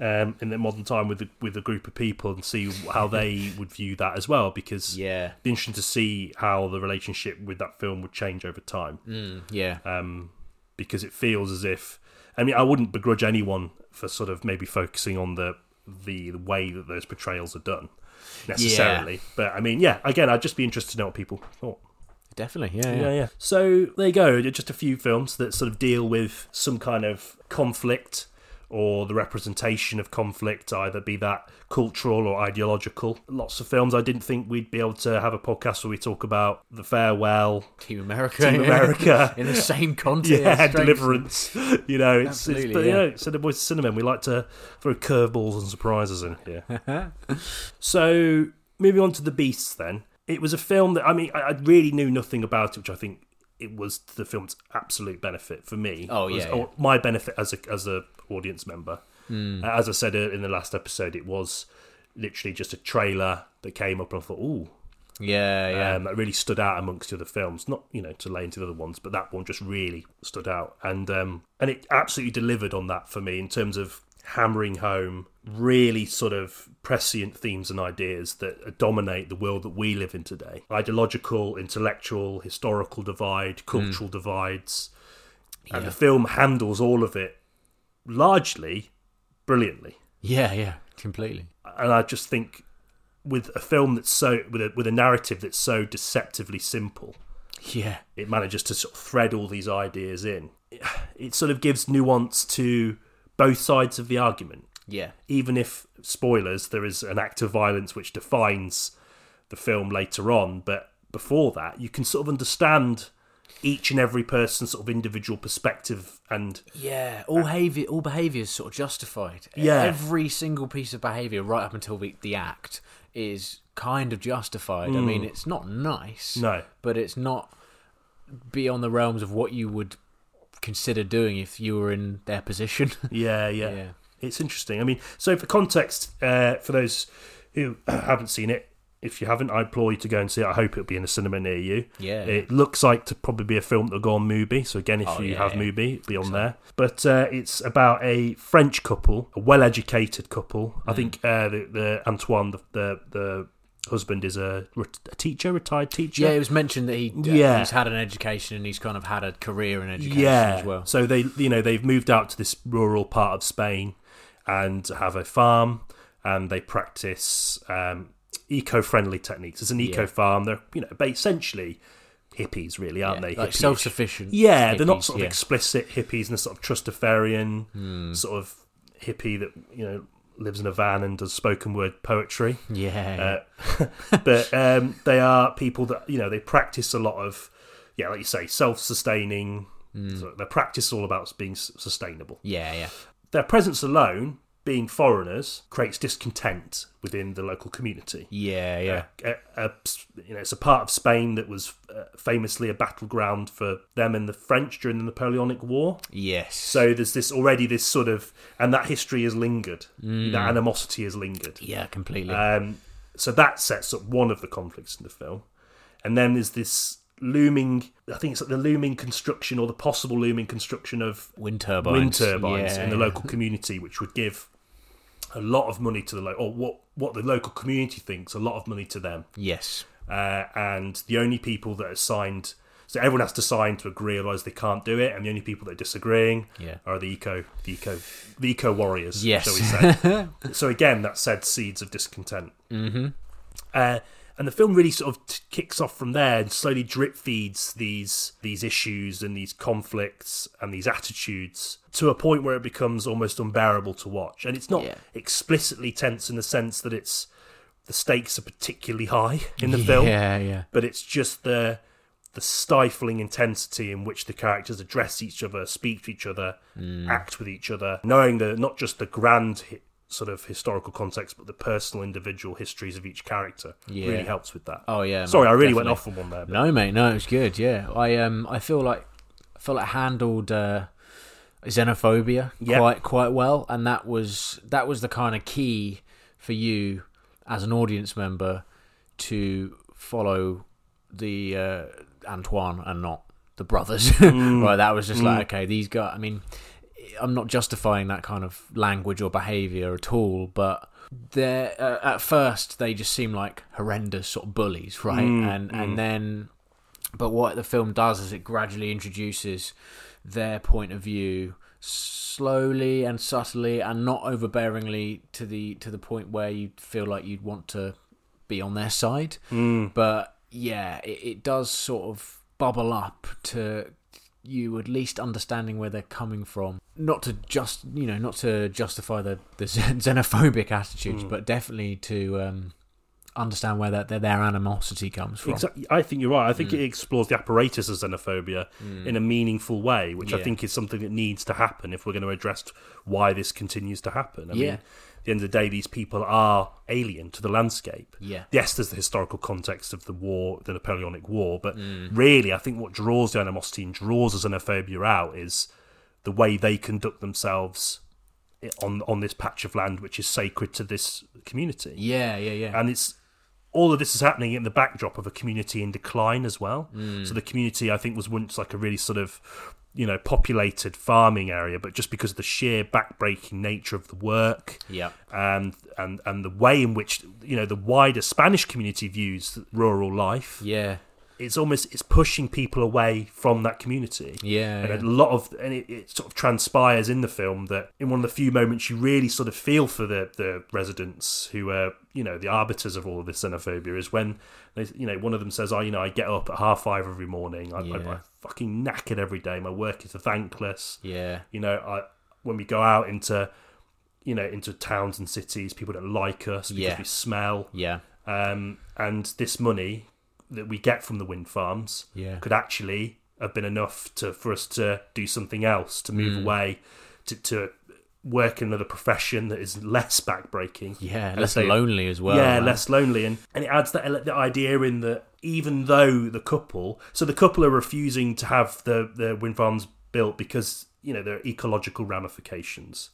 Um, in the modern time, with the, with a group of people, and see how they would view that as well, because Yeah, it'd be interesting to see how the relationship with that film would change over time. mm, yeah, um, because it feels as if I mean I wouldn't begrudge anyone for sort of maybe focusing on the the, the way that those portrayals are done necessarily, but I mean yeah, again I'd just be interested to know what people thought. definitely. Yeah, Yeah, yeah, yeah. So there you go. They're Just a few films that sort of deal with some kind of conflict or the representation of conflict, either be that cultural or ideological. Lots of films I didn't think we'd be able to have a podcast where we talk about The Farewell, Team America, Team America, in the same context. yeah, strange. deliverance. You know, it's, it's Absolutely, but you yeah. know, it's the boys of cinema. and We like to throw curveballs and surprises in here. so moving on to the beasts, then it was a film that I mean, I, I really knew nothing about it, which I think it was to the film's absolute benefit for me. Oh, It was- yeah, yeah. or my benefit as a as a audience member. Hmm. Uh, As I said uh, in the last episode, it was literally just a trailer that came up, and I thought, ooh. Yeah, yeah. um, that really stood out amongst the other films. Not you know to lay into the other ones, but that one just really stood out, and um, and it absolutely delivered on that for me in terms of hammering home really sort of prescient themes and ideas that dominate the world that we live in today: ideological, intellectual, historical divide, Hmm. cultural divides, and the film handles all of it largely brilliantly Yeah, yeah, completely. and I just think with a film that's so with a, with a narrative that's so deceptively simple, Yeah. it manages to sort of thread all these ideas in. It sort of gives nuance to both sides of the argument, Yeah. even if spoilers, there is an act of violence which defines the film later on. But before that, you can sort of understand each and every person's sort of individual perspective and Yeah, all behavior, all behavior is sort of justified. Uh, E-, Yeah. every single piece of behavior, right up until the, the act, is kind of justified. I mean, it's not nice, Mm. No. but it's not beyond the realms of what you would consider doing if you were in their position. Yeah, yeah. Yeah. It's interesting. I mean, so for context, uh, for those who haven't seen it, if you haven't, I implore you to go and see it. I hope it'll be in a cinema near you. Yeah. It looks like to probably be a film that'll go on Mubi. So again, if Oh, you yeah, have yeah. Mubi, it'll be on there. But uh, it's about a French couple, a well-educated couple. Mm. I think uh, the, the Antoine, the, the the husband, is a, ret- a teacher, retired teacher. yeah, it was mentioned that he uh, Yeah. he's had an education and he's kind of had a career in education yeah. as well. So they, you know, they've moved out to this rural part of Spain and have a farm, and they practice um, eco-friendly techniques. It's an eco farm. They're, you know, ba- essentially hippies, really, aren't they? like Hippie-ish. self-sufficient. Yeah, they're not hippies, sort of yeah. Hmm. Mm. explicit hippies and the sort of trustafarian sort of hippie that you know lives in a van and does spoken word poetry. yeah, Uh, but um, they are people that you know they practice a lot of yeah like you say self-sustaining so they practice all about being s- sustainable yeah, yeah. their presence alone being foreigners creates discontent within the local community Uh, Yeah, yeah, a, a- you know, it's a part of Spain that was uh, famously a battleground for them and the French during the Napoleonic War. yes. So there's this already this sort of, and that history has lingered. That animosity has lingered. yeah, completely. Um, so that sets up one of the conflicts in the film, and then there's this looming. I think it's like the looming construction or the possible looming construction of wind turbines. wind turbines Yeah, in the yeah. local community, which would give a lot of money to the local, or what what the local community thinks, a lot of money to them. Yes. Uh, and the only people that are signed, so everyone has to sign to agree, otherwise they can't do it. And the only people that are disagreeing Yeah. are the eco, the eco, the eco warriors. Yes. shall we say? so again, that said, seeds of discontent. Mm-hmm. Uh, and the film really sort of t- kicks off from there and slowly drip feeds these these issues and these conflicts and these attitudes to a point where it becomes almost unbearable to watch. And it's not Yeah. explicitly tense in the sense that it's the stakes are particularly high in the film, Yeah, yeah. but it's just the the stifling intensity in which the characters address each other, speak to each other, Mm. act with each other, knowing the not just the grand hi- sort of historical context, but the personal individual histories of each character Yeah. really helps with that. Oh yeah. Sorry, I really went definitely. off on one there. But No, mate. No, it was good. Yeah, I um, I feel like, I feel like handled uh, xenophobia Yeah. quite quite well, and that was that was the kind of key for you as an audience member to follow the uh, Antoine and not the brothers. right, that was just like okay, these guys. I mean, I'm not justifying that kind of language or behaviour at all, but they're uh, at first they just seem like horrendous sort of bullies, right? and and then, but what the film does is it gradually introduces their point of view slowly and subtly and not overbearingly to the to the point where you feel like you'd want to be on their side. But yeah, it, it does sort of bubble up to you at least understanding where they're coming from. Not to just you know not to justify the the xen- xenophobic attitudes, but definitely to um, understand where that their, their animosity comes from. Exactly. I think you're right. I Mm. think it explores the apparatus of xenophobia in a meaningful way, which I Yeah. think is something that needs to happen if we're going to address why this continues to happen. I mean, Yeah. at the end of the day, these people are alien to the landscape. Yeah. Yes, there's the historical context of the war, the Napoleonic War, but really, I think what draws the animosity and draws the xenophobia out is the way they conduct themselves i- on on this patch of land, which is sacred to this community Yeah, yeah, yeah. and it's all of this is happening in the backdrop of a community in decline as well. So the community, I think, was once like a really sort of you know populated farming area, but just because of the sheer backbreaking nature of the work, Yeah. and and and the way in which you know the wider Spanish community views rural life, Yeah. it's almost it's pushing people away from that community. Yeah. And a yeah. lot of and it, it sort of transpires in the film that in one of the few moments you really sort of feel for the the residents who are you you know the arbiters of all of this xenophobia is when they, you know one of them says, "Oh, you know, I get up at half five every morning. I, Yeah. I, I fucking knackered every day. My work is thankless. Yeah. You know, I when we go out into you know into towns and cities, people don't like us because Yeah. we smell. Yeah. Um, and this money that we get from the wind farms Yeah. could actually have been enough to for us to do something else, to Mm. move away, to, to work in another profession that is less backbreaking. Yeah. And Less so- lonely as well. yeah, man. less lonely, and and it adds that ele- the idea in that even though the couple, so the couple are refusing to have the the wind farms built because you know there are ecological ramifications.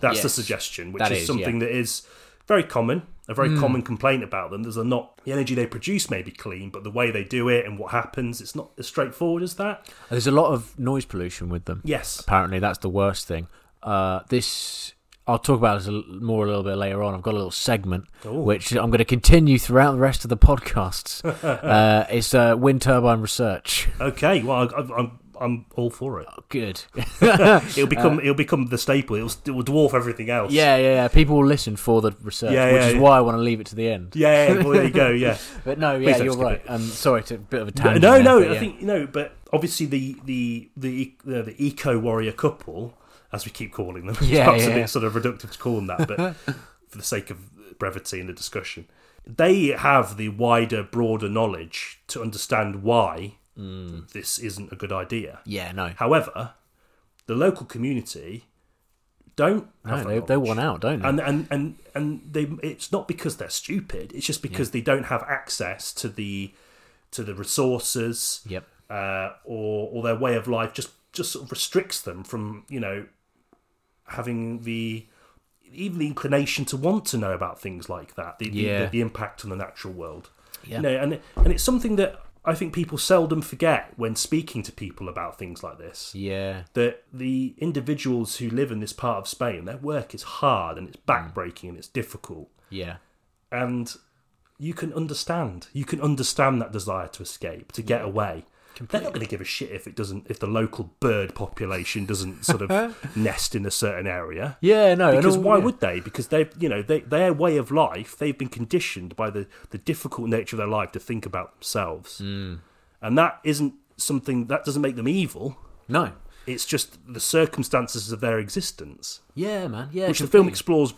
That's the Yes. suggestion, which That is is, Hmm. something that is very common, a very common complaint about them. There's a not the energy they produce may be clean, but the way they do it and what happens, it's not as straightforward as that. There's a lot of noise pollution with them. Yes, Apparently, that's the worst thing. Uh, this I'll talk about this a l- more a little bit later on. I've got a little segment Ooh. which I'm going to continue throughout the rest of the podcasts. uh, it's uh, wind turbine research. okay. Well, I, I, I'm I'm all for it. Good. It'll become it'll become the staple. It'll, it will dwarf everything else. Uh, Yeah, yeah, yeah. People will listen for the research, Yeah, which yeah, is yeah. why I want to leave it to the end. Yeah, yeah, well, there you go. Yeah. But no, yeah, don't you're skip right. it. Um, sorry, it's a bit of a No, tangent. no, there, no, but I yeah. think no, but obviously the the the the, the eco warrior couple, as we keep calling them, Yeah, perhaps yeah. a bit sort of reductive to call them that, but for the sake of brevity in the discussion, they have the wider, broader knowledge to understand why Hmm. this isn't a good idea. Yeah, no, However, the local community don't no, have that they, they knowledge. want out, don't they? And and and and they it's not because they're stupid. It's just because they don't have access to the to the resources yep. uh, or or their way of life just just sort of restricts them from you know having the even the inclination to want to know about things like that the the- Yeah. the, the impact on the natural world Yeah. you know and and it's something that I think people seldom forget when speaking to people about things like this Yeah. that the individuals who live in this part of Spain their work is hard and it's backbreaking and it's difficult Yeah. and you can understand you can understand that desire to escape to get away they're not going to give a shit if it doesn't if the local bird population doesn't sort of nest in a certain area Yeah, no. and because all- why yeah. would they because they you know they, their way of life they've been conditioned by the the difficult nature of their life to think about themselves and that isn't something that doesn't make them evil No. it's just the circumstances of their existence Yeah, man. Yeah. which the film completely. explores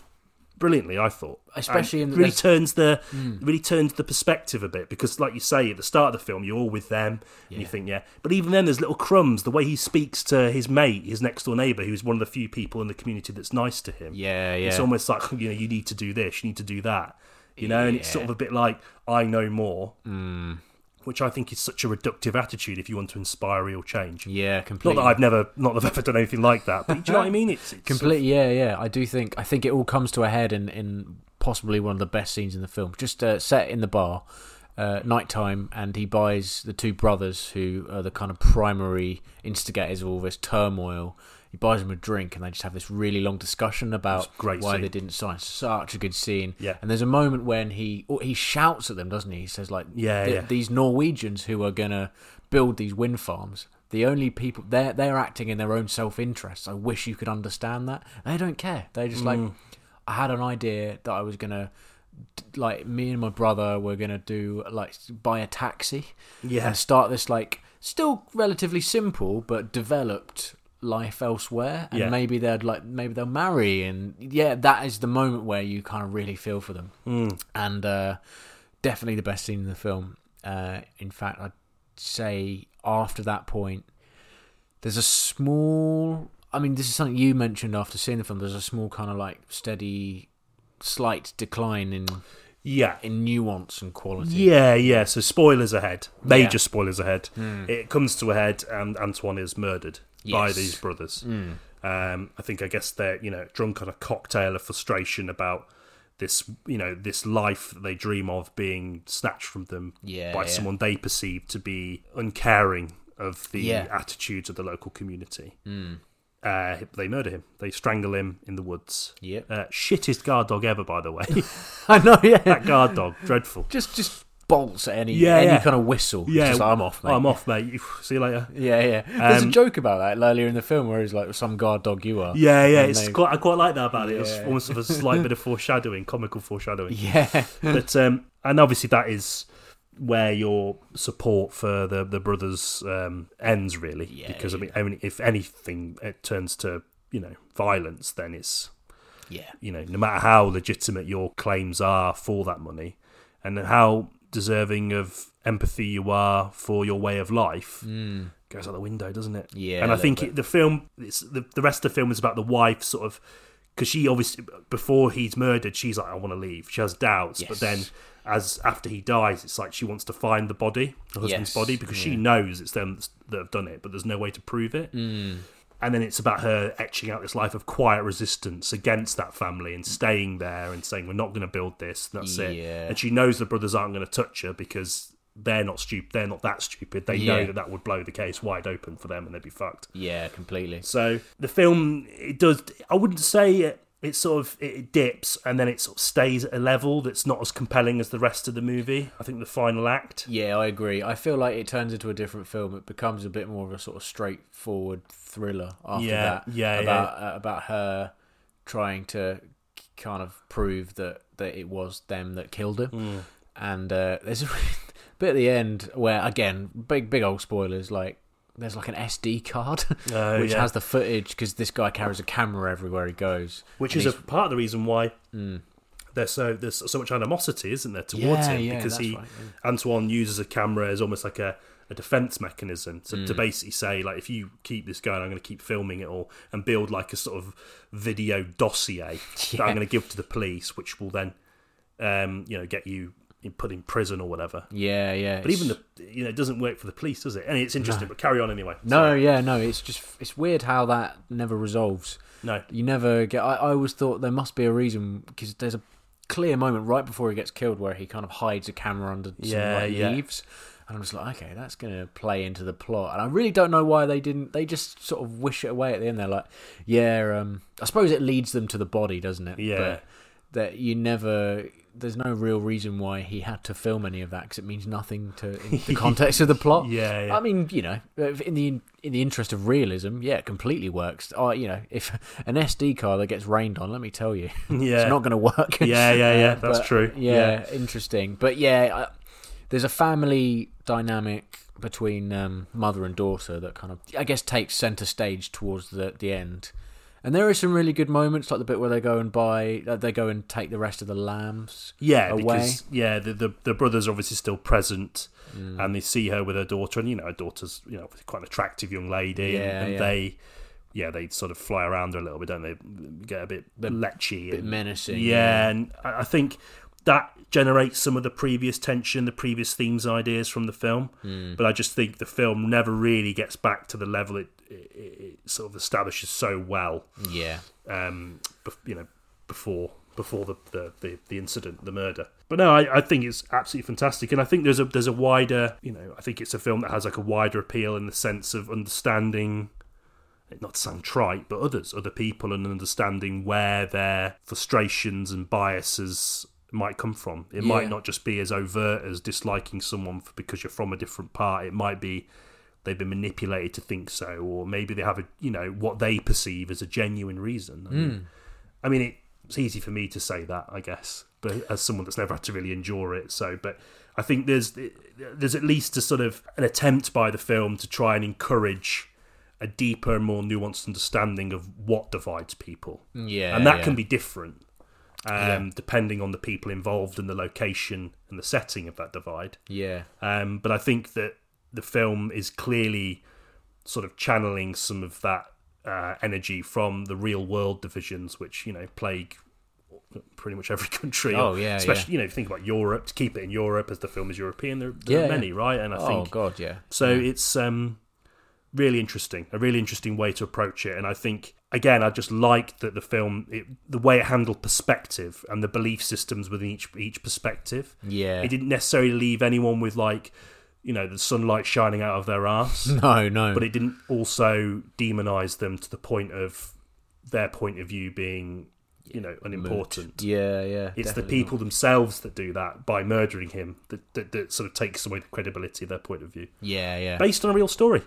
brilliantly. I thought, Especially And in the- Hmm. really turns the really turns the perspective a bit because, like you say, at the start of the film, you're all with them and you Yeah. think, yeah. But even then, there's little crumbs. The way he speaks to his mate, his next door neighbour, who's one of the few people in the community that's nice to him. Yeah, yeah. It's almost like you know, you need to do this, you need to do that, you know. And it's sort of a bit like I know more, Hmm. which I think is such a reductive attitude if you want to inspire real change. yeah, Not completely. that I've never, not that I've ever done anything like that, but do you know what I mean? It's, it's Completely, yeah, yeah. I do think I think it all comes to a head in in possibly one of the best scenes in the film. Just uh, set in the bar, uh, nighttime, and he buys the two brothers who are the kind of primary instigators of all this turmoil. He buys them a drink, and they just have this really long discussion about great why scene. they didn't sign. Such a good scene. Yeah. And there's a moment when he or he shouts at them, doesn't he? He says like, Yeah, "Th- yeah. these Norwegians who are gonna build these wind farms." The only people they're they're acting in their own self interest. I wish you could understand that. They don't care. They just Mm. like, I had an idea that I was gonna, d- like, me and my brother were gonna do like s- buy a taxi Yeah. and start this like still relatively simple but developed life elsewhere and Yeah. maybe they'd like maybe they'll marry and yeah that is the moment where you kind of really feel for them Hmm. and uh definitely the best scene in the film uh in fact i'd say after that point there's a small i mean this is something you mentioned after seeing the film there's a small kind of like steady slight decline in yeah. in nuance and quality Yeah, yeah. So spoilers ahead, major Yeah. Hmm. spoilers ahead. It comes to a head, and Antoine is murdered by Yes. Hmm. these brothers. Um, I think, I guess they're you know drunk on a cocktail of frustration about this, you know, this life that they dream of being snatched from them Yeah, by yeah. someone they perceive to be uncaring of the Yeah. Hmm. attitudes of the local community. Uh, they murder him. They strangle him in the woods. Yep. Uh, shittest guard dog ever, by the way. i know yeah that guard dog, dreadful. just just bolts at any Yeah, any yeah. kind of whistle. It's Yeah, just like, I'm off, mate. Oh, I'm off, mate. See you later. Yeah, yeah. There's a Um, joke about that earlier in the film where he's like, "Some guard dog you are." Yeah, yeah. And It's they- quite. I quite like that about it. It's Yeah. almost of a slight bit of foreshadowing, comical foreshadowing. yeah, but um, and obviously that is where your support for the the brothers um, ends really Yeah, because I mean I mean, if anything it turns to you know violence then it's yeah. you know no matter how legitimate your claims are for that money and how deserving of empathy you are for your way of life Mm. goes out the window doesn't it Yeah, and a I little think bit. it, the film, it's, the the rest of the film is about the wife sort of because she obviously before he's murdered, she's like, I want to leave. She has doubts, but then Yes. as after he dies, it's like she wants to find the body, the husband's Yes, body, because she yeah. knows it's them that's- that have done it, but there's no way to prove it. And then it's about her etching out this life of quiet resistance against that family and staying there and saying, "We're not going to build this. and That's it." Yeah. And she knows the brothers aren't going to touch her because. They're not stupid. They're not that stupid. They know Yeah. that that would blow the case wide open for them, and they'd be fucked. yeah, completely. So the film, it does. I wouldn't say it. It sort of it dips and then it sort of stays at a level that's not as compelling as the rest of the movie. I think the final act. Yeah, I agree. I feel like it turns into a different film. It becomes a bit more of a sort of straightforward thriller after Yeah, that. yeah, yeah. about Uh, about her trying to k- kind of prove that that it was them that killed her. And uh, there's a bit at the end where, again, big big old spoilers. Like there's like an SD card Oh, which yeah. has the footage because this guy carries a camera everywhere he goes. which and is a he's- Mm. part of the reason why there's so there's so much animosity, isn't there, towards Yeah, him? yeah, because that's he right, Antoine uses a camera as almost like a, a defense mechanism to, Mm. to basically say like if you keep this going, I'm going to keep filming it all and build like a sort of video dossier that I'm Yeah. going to give to the police, which will then um, you know get you put in prison or whatever. yeah, yeah. But it's- even the you know it doesn't work for the police, does it? And it's interesting. But carry on anyway. No, yeah, no. It's just it's weird how that never resolves. no. You never get. I, I always thought there must be a reason because there's a clear moment right before he gets killed where he kind of hides a camera under some Yeah, like, yeah. leaves, and I'm just like, okay, that's gonna play into the plot. And I really don't know why they didn't. They just sort of wish it away at the end. They're like, yeah. Um, I suppose it leads them to the body, doesn't it? Yeah. But that you never. There's no real reason why he had to film any of that because it means nothing to in the context of the plot. Yeah, yeah. I mean, you know, if- in the in the interest of realism, yeah, it completely works. Oh, you know, if an SD card that gets rained on, let me tell you, Yeah. it's not going to work. Yeah, yeah, yeah, Uh, that's true. Yeah, interesting. But yeah, I, there's a family dynamic between um, mother and daughter that kind of, I guess, takes center stage towards the the end. And there are some really good moments, like the bit where they go and buy, uh, they go and take the rest of the lambs. yeah, away. because yeah, the, the the brothers are obviously still present, Mm. and they see her with her daughter, and you know her daughter's you know quite an attractive young lady, and- Yeah, and, yeah. they yeah they sort of fly around her a little bit, don't they? Get a bit lechy, bit and, menacing, Yeah, and I I think that generates some of the previous tension, the previous themes, ideas from the film. Hmm. But I just think the film never really gets back to the level it, it, it sort of establishes so well. Yeah, um, bef- you know, before before the, the, the, the incident, the murder. But no, I, I think it's absolutely fantastic, and I think there's a there's a wider, you know, I think it's a film that has like a wider appeal in the sense of understanding. Not to sound trite, but others, other people, and understanding where their frustrations and biases might come from. It might Yeah. not just be as overt as disliking someone f- because you're from a different part. It might be they've been manipulated to think so, or maybe they have a you know what they perceive as a genuine reason. I mean, Hmm. I mean, it- it's easy for me to say that, I guess, but as someone that's never had to really endure it, so. But I think there's there's at least a sort of an attempt by the film to try and encourage a deeper, more nuanced understanding of what divides people, yeah, and that Mm. yeah. can be different. Um, Yeah. Depending on the people involved and the location and the setting of that divide, yeah. um, but I think that the film is clearly sort of channeling some of that uh, energy from the real world divisions, which you know plague pretty much every country. Oh, yeah, especially you know if you think about Europe. To keep it in Europe, as the film is European, there, there Yeah, are many, right? And I Oh think God, yeah. so it's um, really interesting, a really interesting way to approach it. And I think, again, I just liked that the film, it, the way it handled perspective and the belief systems within each each perspective. Yeah. it didn't necessarily leave anyone with like, you know, the sunlight shining out of their ass, No, no. but it didn't also demonize them to the point of their point of view being you know, unimportant. Yeah, yeah. It's definitely the not. people themselves that do that by murdering him that, that, that sort of takes away the credibility of their point of view. Yeah, yeah. Based on a real story.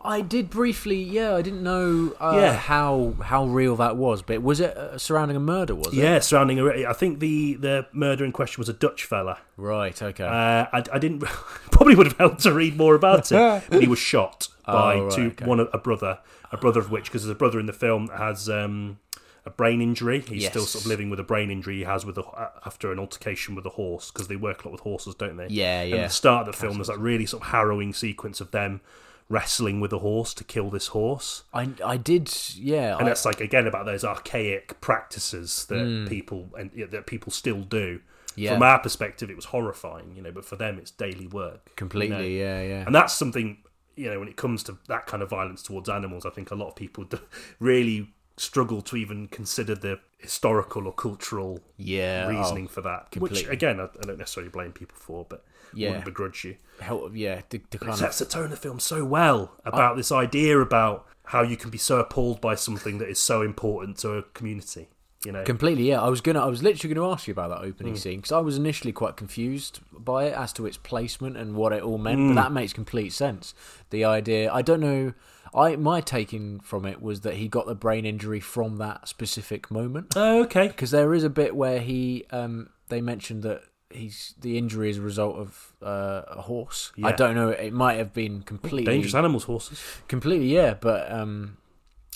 I did briefly. Yeah, I didn't know uh, Yeah. how how real that was, but was it uh, surrounding a murder? Was it? Yeah, surrounding a. I think the, the murder in question was a Dutch fella. Right. Okay. Uh, I, I didn't probably would have helped to read more about it. But he was shot by Oh, right, two okay. one a brother, a brother of which because there's a brother in the film that has um, a brain injury. He's still Yes. sort of living with a brain injury he has with a, after an altercation with a horse because they work a lot with horses, don't they? Yeah, And yeah. at the start of the film, there's that really sort of harrowing sequence of them wrestling with a horse to kill this horse. I I did. Yeah. And I- Hmm. that's like again about those archaic practices that people and yeah, that people still do. Yeah. From our perspective, it was horrifying, you know, but for them, it's daily work. completely. you know. Yeah, yeah. And that's something, you know, when it comes to that kind of violence towards animals, I think a lot of people do really struggle to even consider the historical or cultural Yeah. oh, reasoning for that. Which completely. again, I, I don't necessarily blame people for, but Yeah. wouldn't begrudge you help. Yeah. The, the kind of, sets the tone of the film so well about this idea about how you can be so appalled by something that is so important to a community. You know, completely. Yeah. I was gonna. I was literally gonna ask you about that Hmm. opening scene because I was initially quite confused by it as to its placement and what it all meant. Hmm. But that makes complete sense. The idea. I don't know. I my taking from it was that he got the brain injury from that specific moment. oh, okay, because there is a bit where he um they mentioned that he's the injury is a result of uh, a horse. I Yeah. don't know. It might have been completely dangerous animals, horses. completely yeah, but um.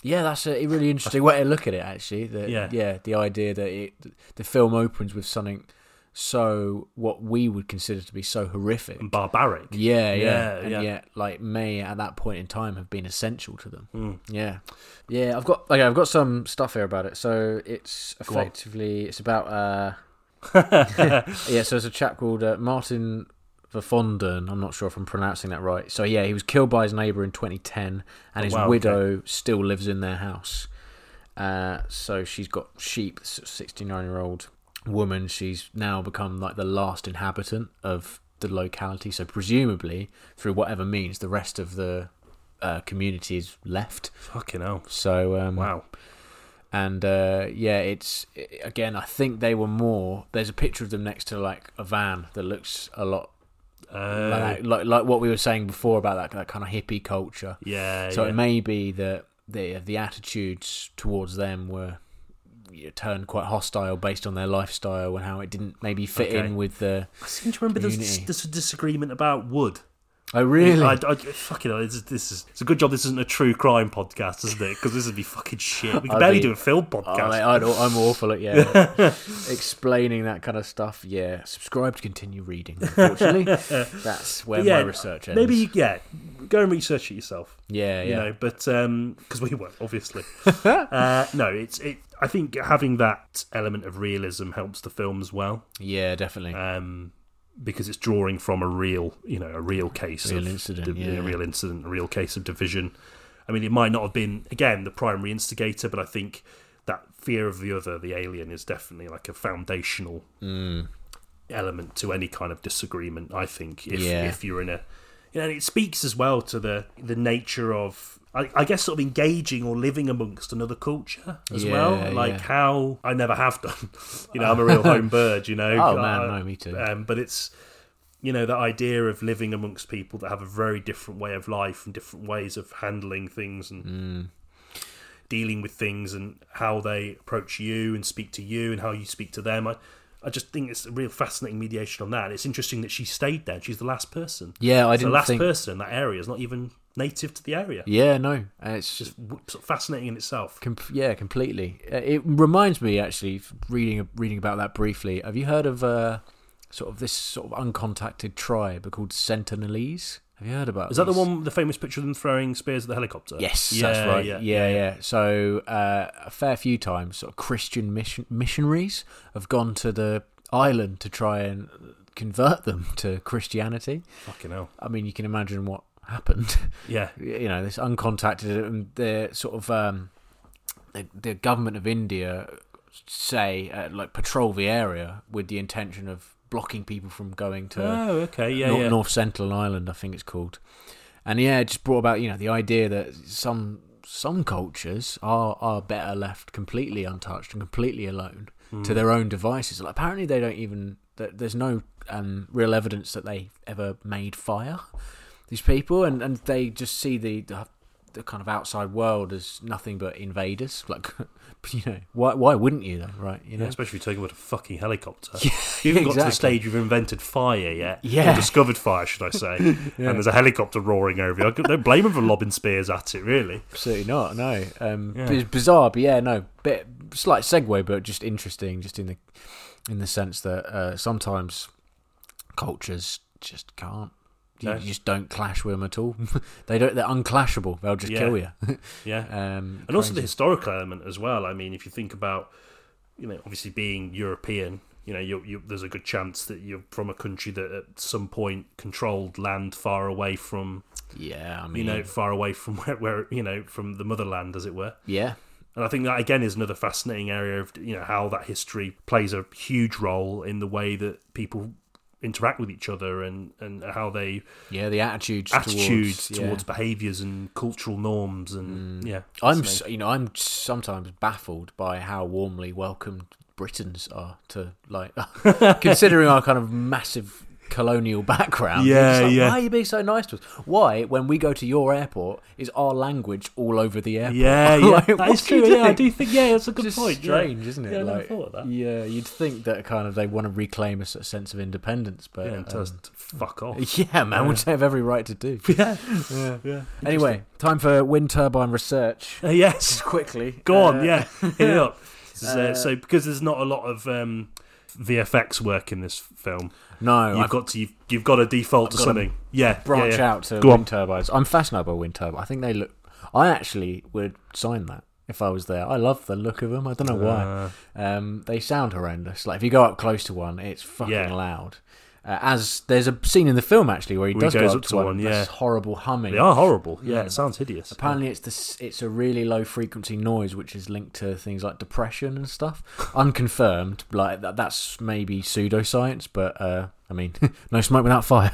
Yeah, that's a really interesting way to look at it. Actually, the, Yeah. the idea that it, the film opens with something so what we would consider to be so horrific. and barbaric. Yeah, yeah, Mm. Yeah, and yeah. yet like may at that point in time have been essential to them. Hmm, Yeah, yeah. I've got okay. I've got some stuff here about it. So it's on. effectively it's about uh, yeah. So it's a chap called uh, Martin Verfonden. I'm not sure if I'm pronouncing that right. So yeah, he was killed by his neighbor in 2010, and his Oh, wow, okay. widow still lives in their house. Uh, so she's got sheep, 69 year old woman. She's now become like the last inhabitant of the locality. So, presumably, through whatever means, the rest of the uh, community is left. Fucking hell! So, um, Wow. and uh, yeah, it's again, I think they were more. There's a picture of them next to like a van that looks a lot Uh, like, like, like what we were saying before about that, that kind of hippie culture. yeah. So yeah. it may be that the the attitudes towards them were you know, turned quite hostile based on their lifestyle and how it didn't maybe fit Okay. in with the. I seem to remember there's, community. there's a disagreement about wood. Oh really? I, I, fucking hell, this, is- this is it's a good job this isn't a true crime podcast, isn't it? Because this would be fucking shit. We could I'd barely be- do a film Oh, podcast. mate, I know, I'm awful at yeah explaining that kind of stuff. Yeah, subscribe to continue reading. Unfortunately, that's where But yeah, my research ends. maybe yeah, go and research it yourself. yeah, yeah, you know but um because we won't obviously uh no it's it i think having that element of realism helps the film as well yeah, definitely. um because it's drawing from a real you know a real case Real of incident, div- yeah. a real incident a real case of division i mean it might not have been again the primary instigator but i think that fear of the other the alien is definitely like a foundational Mm. element to any kind of disagreement. I think if Yeah. if you're in a, you know, and it speaks as well to the the nature of. I, I guess sort of engaging or living amongst another culture as Yeah, well, like yeah. how I never have done. you know, I'm a real home bird. You know, Oh, man, I- no, me too. Um, but it's you know the idea of living amongst people that have a very different way of life and different ways of handling things and Mm. dealing with things and how they approach you and speak to you and how you speak to them. I, I just think it's a real fascinating mediation on that. And it's interesting that she stayed there. She's the last person. yeah, I the didn't last think. person in that area is not even native to the area. Yeah, no, uh, it's just Just w- sort of fascinating in itself. com- yeah, completely. Uh, It reminds me actually f- reading reading about that briefly. Have you heard of uh, sort of this sort of uncontacted tribe called Sentinelese? Have you heard about? Is that the these? one, the famous picture of them throwing spears at the helicopter? Yes, that's right. Yeah, yeah. So uh, a fair few times, sort of Christian mission- missionaries have gone to the island to try and convert them to Christianity. Fucking hell. I mean, you can imagine what happened. Yeah. you know, this uncontacted and the sort of um, the, the government of India say uh, like patrol the area with the intention of blocking people from going to Oh, okay. Yeah, North, yeah. North Central Island, I think it's called. And yeah, it just brought about you know the idea that some some cultures are are better left completely untouched and completely alone Mm. to their own devices. Like, apparently, they don't even. th- There's no um, real evidence that they ever made fire. These people, and, and they just see the, the the kind of outside world as nothing but invaders. Like, you know, why why wouldn't you though? Right? You know, Yeah, especially if you're talking about a fucking helicopter. you haven't got to exactly. the stage you've invented fire yet. Or Yeah. discovered fire, should I say. And there's a helicopter roaring over you. I don't blame them for lobbing spears at it, really. Absolutely not. No, um, Yeah. but it's bizarre, but yeah, no, bit slight segue, but just interesting, just in the in the sense that uh, sometimes cultures just can't. You, No. you just don't clash with them at all. they don't. They're unclashable. They'll just Yeah. kill you. Yeah. Um, and also the crazy. historical element as well. I mean, if you think about, you know, obviously being European, you know, you you there's a good chance that you're from a country that at some point controlled land far away from, yeah, I you mean, know, far away from where, where, you know, from the motherland, as it were. yeah, And I think that again is another fascinating area of you know how that history plays a huge role in the way that people interact with each other and and how they yeah, the attitudes, attitudes towards, yeah. Mm. behaviors and cultural norms and yeah. I'm, s you know, I'm sometimes baffled by how warmly welcomed Britons are to like, considering our kind of massive colonial background. Yeah, It's like, yeah. Why are you being so nice to us? Why, when we go to your airport, is our language all over the airport? Yeah, yeah, Like, that what is are you true. Yeah, I doing? do think yeah, that's a good Just point. yeah. strange, isn't it? Yeah, I never Like, thought of that. Yeah, you'd think that kind of they want to reclaim a s- sense of independence, but Yeah, and tell us um, to fuck off. yeah, man, which they have every right to do. Yeah, yeah. anyway, time for wind turbine research. Uh, yes, Quickly, go on. Uh, yeah, hit it up. So, so because there's not a lot of um, VFX work in this film, No, you've I've got to you've, you've got to default to I've gotta something. Yeah, branch yeah, yeah. out to Go wind on. turbines. I'm fascinated by wind turbines. I think they look. I actually would sign that if I was there. I love the look of them. I don't know why. Uh, Um, they sound horrendous. Like if you go up close to one, it's fucking Yeah. loud. Uh, as there's a scene in the film actually where he Where does go up, to one. yeah. That's horrible humming. They are horrible. Yeah, it sounds hideous. Apparently, it's this. It's a really low frequency noise, which is linked to things like depression and stuff. Unconfirmed, like that, that's maybe pseudoscience, but uh, I mean, no smoke without fire.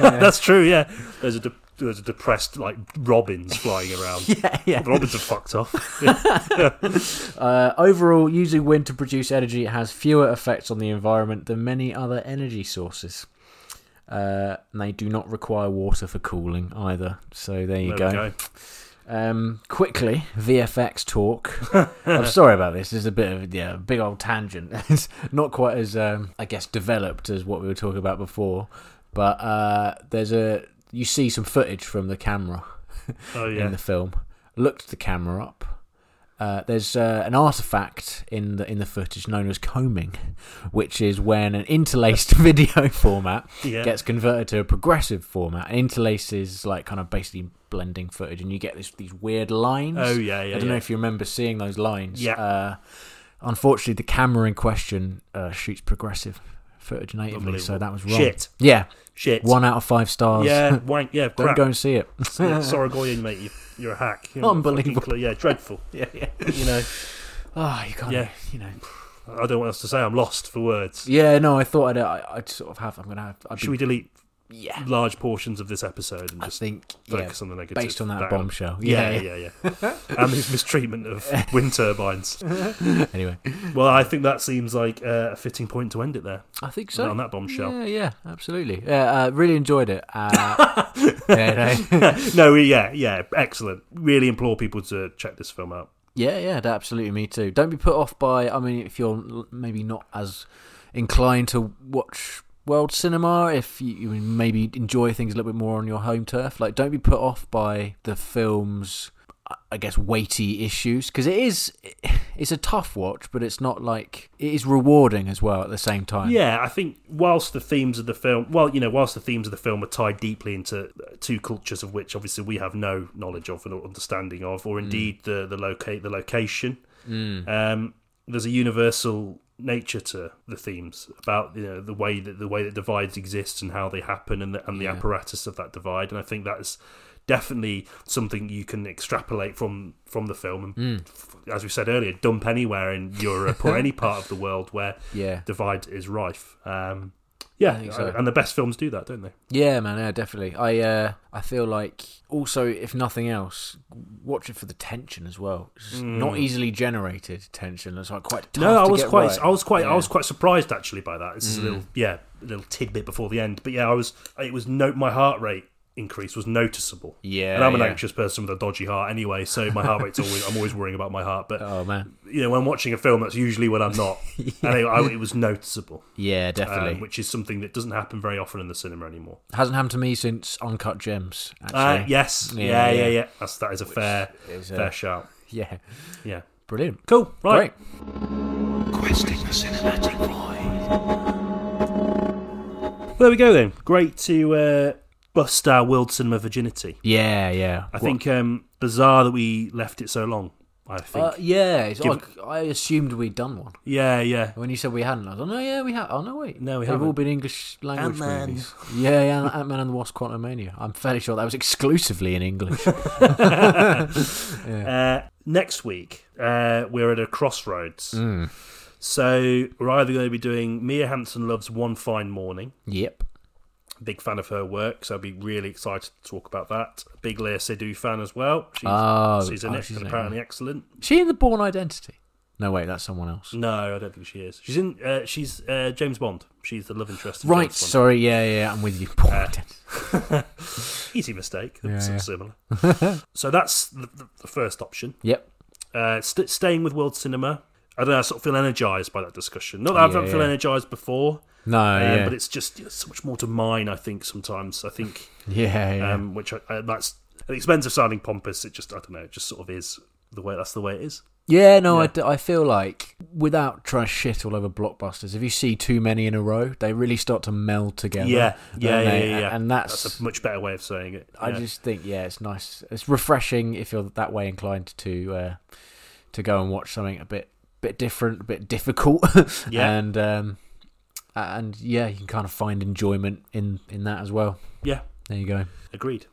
That's true. Yeah, there's a de- there's a depressed like robins flying around. yeah, yeah. The robins are fucked off. Uh, overall, using wind to produce energy has fewer effects on the environment than many other energy sources. Uh, and they do not require water for cooling either. So there you There we go. Um, quickly, VFX talk. I'm sorry about this. This is a bit of yeah, a big old tangent. It's not quite as um, I guess developed as what we were talking about before. But uh, there's a you see some footage from the camera Oh in yeah, the film. Looked the camera up. Uh, there's uh, an artifact in the in the footage known as combing, which is when an interlaced video format yeah. gets converted to a progressive format. And interlace is like kind of basically blending footage, and you get this, these weird lines. Oh yeah, yeah. I don't yeah. know if you remember seeing those lines. Yeah. Uh, unfortunately, the camera in question uh, shoots progressive footage natively, so Unbelievable. that was wrong. Shit, Yeah, shit. one out of five stars. yeah, wank. Yeah, Don't crap. go and see it. Yeah, Sorogorian, mate. You, you're a hack. You're not a fucking Unbelievable. clue. Yeah, dreadful. yeah, yeah. You know, Oh, you can't. Yeah. You know. I don't know what else to say. I'm lost for words. Yeah, no, I thought I'd, I- I'd sort of have. I'm gonna have. I'd Should be, we delete yeah, large portions of this episode and I just think yeah, focus on the negative? based on that, That'll- bombshell. Yeah, yeah, yeah. and his mistreatment of wind turbines. Anyway, Well, I think that seems like uh, a fitting point to end it there I think so. on that bombshell. Yeah, yeah, absolutely. Yeah, uh, really enjoyed it. Uh, yeah, no. no, yeah, yeah, excellent. Really implore people to check this film out. yeah, yeah, d- absolutely. Me too. Don't be put off by. I mean, if you're l- maybe not as inclined to watch world cinema, if you, you maybe enjoy things a little bit more on your home turf, like don't be put off by the film's, I- I guess, weighty issues because it is. It's a tough watch, but it's not like it is rewarding as well at the same time. Yeah, I think whilst the themes of the film, well, you know, whilst the themes of the film are tied deeply into two cultures of which obviously we have no knowledge of or understanding of, Hmm. or indeed the the locate the location. Mm. Um, there's a universal nature to the themes about you know the way that the way that divides exist and how they happen and the, and the apparatus of that divide, and I think that is definitely something you can extrapolate from from the film and Mm. f- as we said earlier dump anywhere in europe or any part of the world where Yeah. divide is rife. Um, Yeah, think so. and the best films do that, don't they? Yeah, man, yeah, definitely. I uh, I feel like also, if nothing else, watch it for the tension as well. It's just not easily generated tension. It's like quite tough Mm. no, I to was get quite, right. I was quite, I Yeah. Mm. was quite surprised actually by that. It's a little, yeah, a little tidbit before the end, but yeah, I was, it was no, my heart rate increase was noticeable. Yeah, and I'm an yeah. anxious person with a dodgy heart anyway, so my heart rate's always, I'm always worrying about my heart. But Oh man, you know, when I'm watching a film, that's usually when I'm not, and it, I, it was noticeable, yeah, um, definitely. which is something that doesn't happen very often in the cinema anymore. Hasn't happened to me since Uncut Gems. Actually, Uh, yes, Yeah, yeah, yeah, yeah. yeah. That's that is a fair, is a- fair shout. yeah, Yeah, brilliant. cool, right. Great. Questing the cinematic void. Well, there we go then. Great to uh, bust our world cinema virginity. Yeah, yeah. I think um, bizarre that we left it so long. I think. Uh, yeah, it's Give- odd. I assumed we'd done one. yeah, yeah. When you said we hadn't, I was like, no, yeah, we have. Oh, no, wait. No, we They've all haven't. been English language Ant-Man. movies. Yeah, yeah, Ant Man and the Wasp Quantumania. I'm fairly sure that was exclusively in English. Uh, next week uh, we're at a crossroads. Mm. So we're either going to be doing Mia Hansen loves One Fine Morning. yep. Big fan of her work, so I'd be really excited to talk about that. Big Leah Sidhu fan as well. She's, Oh, she's in oh, it. she's She's in it, apparently excellent. She in the Born Identity? No, wait, that's someone else. No, I don't think she is. She's in. Uh, she's uh, James Bond. She's the love interest. In Right, James Bond. sorry, yeah, yeah, I'm with you. Born Uh, Identity. Easy mistake. Yeah, Sim- yeah. Similar. so that's the, the, the first option. Yep. Uh, st- staying with world cinema. I don't know. I sort of feel energised by that discussion. Not that I Yeah, haven't feel yeah. energised before, No, um, yeah. but it's just it's so much more to mine. I think sometimes. I think yeah, yeah. um, which I, I, that's at the expense of sounding pompous. It just I don't know. It just sort of is the way. That's the way it is. yeah, no, I yeah. d I I, feel like without trying to shit all over blockbusters, if you see too many in a row, they really start to meld together. Yeah, yeah, don't yeah, they? yeah, yeah. And that's, That's a much better way of saying it. I Yeah. just think yeah, it's nice. It's refreshing if you're that way inclined to uh, to go and watch something a bit bit different, a bit difficult. Yeah. and um, and yeah, you can kind of find enjoyment in in that as well. yeah. There you go. Agreed.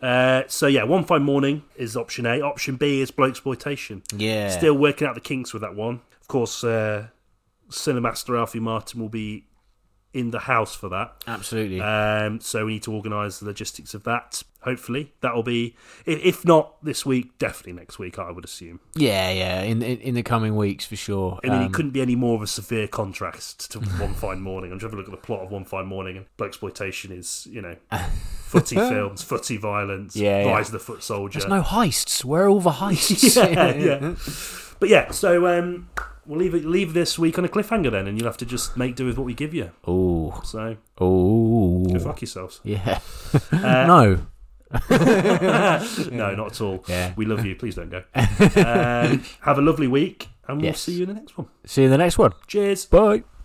Uh, so yeah, one fine morning is option A. Option B is blow exploitation. Yeah. Still working out the kinks with that one. Of course, uh, Cinemaster Alfie Martin will be in the house for that. absolutely. Um, so we need to organise the logistics of that. Hopefully, that'll be if, if not this week, definitely next week. I would assume. yeah, yeah. In, in in the coming weeks for sure. I mean, Um, it couldn't be any more of a severe contrast to One Fine Morning. I'm just having a look at the plot of One Fine Morning, and black exploitation is, you know, footy films, footy violence, Yeah, yeah. rise of the foot soldier. there's no heists. Where are all the heists? yeah, yeah. But yeah, so um, we'll leave it, leave this week on a cliffhanger then, and you'll have to just make do with what we give you. Oh, So go oh. fuck yourselves. Yeah. Uh, no. no, not at all. Yeah. We love you. Please don't go. um, have a lovely week, and we'll Yes. see you in the next one. See you in the next one. Cheers. Bye.